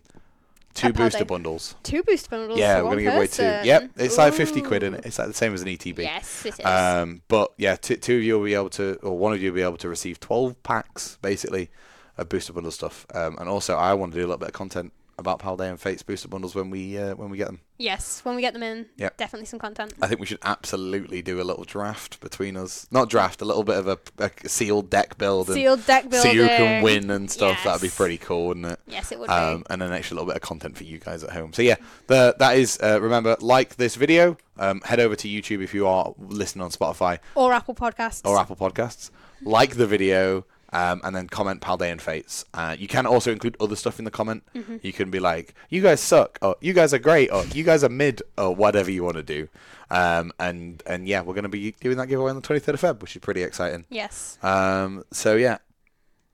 Speaker 1: two
Speaker 2: A
Speaker 1: booster
Speaker 2: Paldean.
Speaker 1: bundles.
Speaker 2: Two booster bundles.
Speaker 1: yeah,
Speaker 2: for
Speaker 1: we're
Speaker 2: one
Speaker 1: gonna give away two.
Speaker 2: person.
Speaker 1: Yep, it's like fifty quid in
Speaker 2: Ooh.
Speaker 1: it. It's like the same as an ETB.
Speaker 2: Yes, it is.
Speaker 1: Um, but yeah, t- two of you will be able to, or one of you will be able to receive 12 packs, basically, of booster bundle stuff. Um, and also, I want to do a little bit of content about Paldean Fates booster bundles when we uh, when we get them.
Speaker 2: yes, when we get them in,
Speaker 1: Yep. Uh,
Speaker 2: definitely some content.
Speaker 1: I think we should absolutely do a little draft between us. Not draft, a little bit of a, a sealed deck build. And
Speaker 2: Sealed deck builder.
Speaker 1: see who can win and stuff. That'd be
Speaker 2: Yes.
Speaker 1: pretty cool, wouldn't it?
Speaker 2: Yes, it would
Speaker 1: um, and an extra little bit of content for you guys at home. So yeah, the, that is. Uh, remember, like this video. Um, head over to YouTube if you are listening on Spotify
Speaker 2: be. Or Apple Podcasts.
Speaker 1: or Apple Podcasts. Like the video. Um, and then comment Paldean Fates. Uh, you can also include other stuff in the comment. You can be like, "You guys suck," or "You guys are great," or "You guys are mid," or whatever you want to do. Um, and and yeah, we're going to be doing that giveaway on the 23rd of Feb, which is pretty exciting.
Speaker 2: Yes.
Speaker 1: Um, so yeah,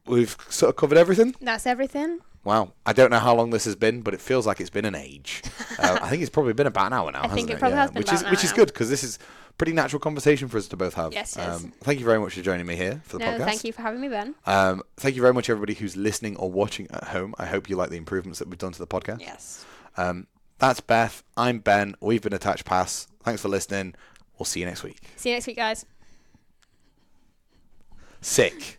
Speaker 1: we've sort of covered everything.
Speaker 2: That's everything.
Speaker 1: Wow, I don't know how long this has been, but it feels like it's been an age. Uh, I think it's probably been about an hour now,
Speaker 2: I
Speaker 1: hasn't
Speaker 2: think it probably has been
Speaker 1: which
Speaker 2: about
Speaker 1: is
Speaker 2: an
Speaker 1: which
Speaker 2: hour
Speaker 1: is
Speaker 2: now.
Speaker 1: good because this is pretty natural conversation for us to both have. Um,
Speaker 2: Yes, it is.
Speaker 1: thank you very much for joining me here for the
Speaker 2: No,
Speaker 1: podcast.
Speaker 2: thank you for having me, Ben.
Speaker 1: Um, thank you very much, everybody who's listening or watching at home. I hope you like the improvements that we've done to the podcast.
Speaker 2: Yes.
Speaker 1: Um, that's Beth. I'm Ben. We've been Attached Pass. Thanks for listening. We'll see you next week.
Speaker 2: See you next week, guys.
Speaker 1: Sick.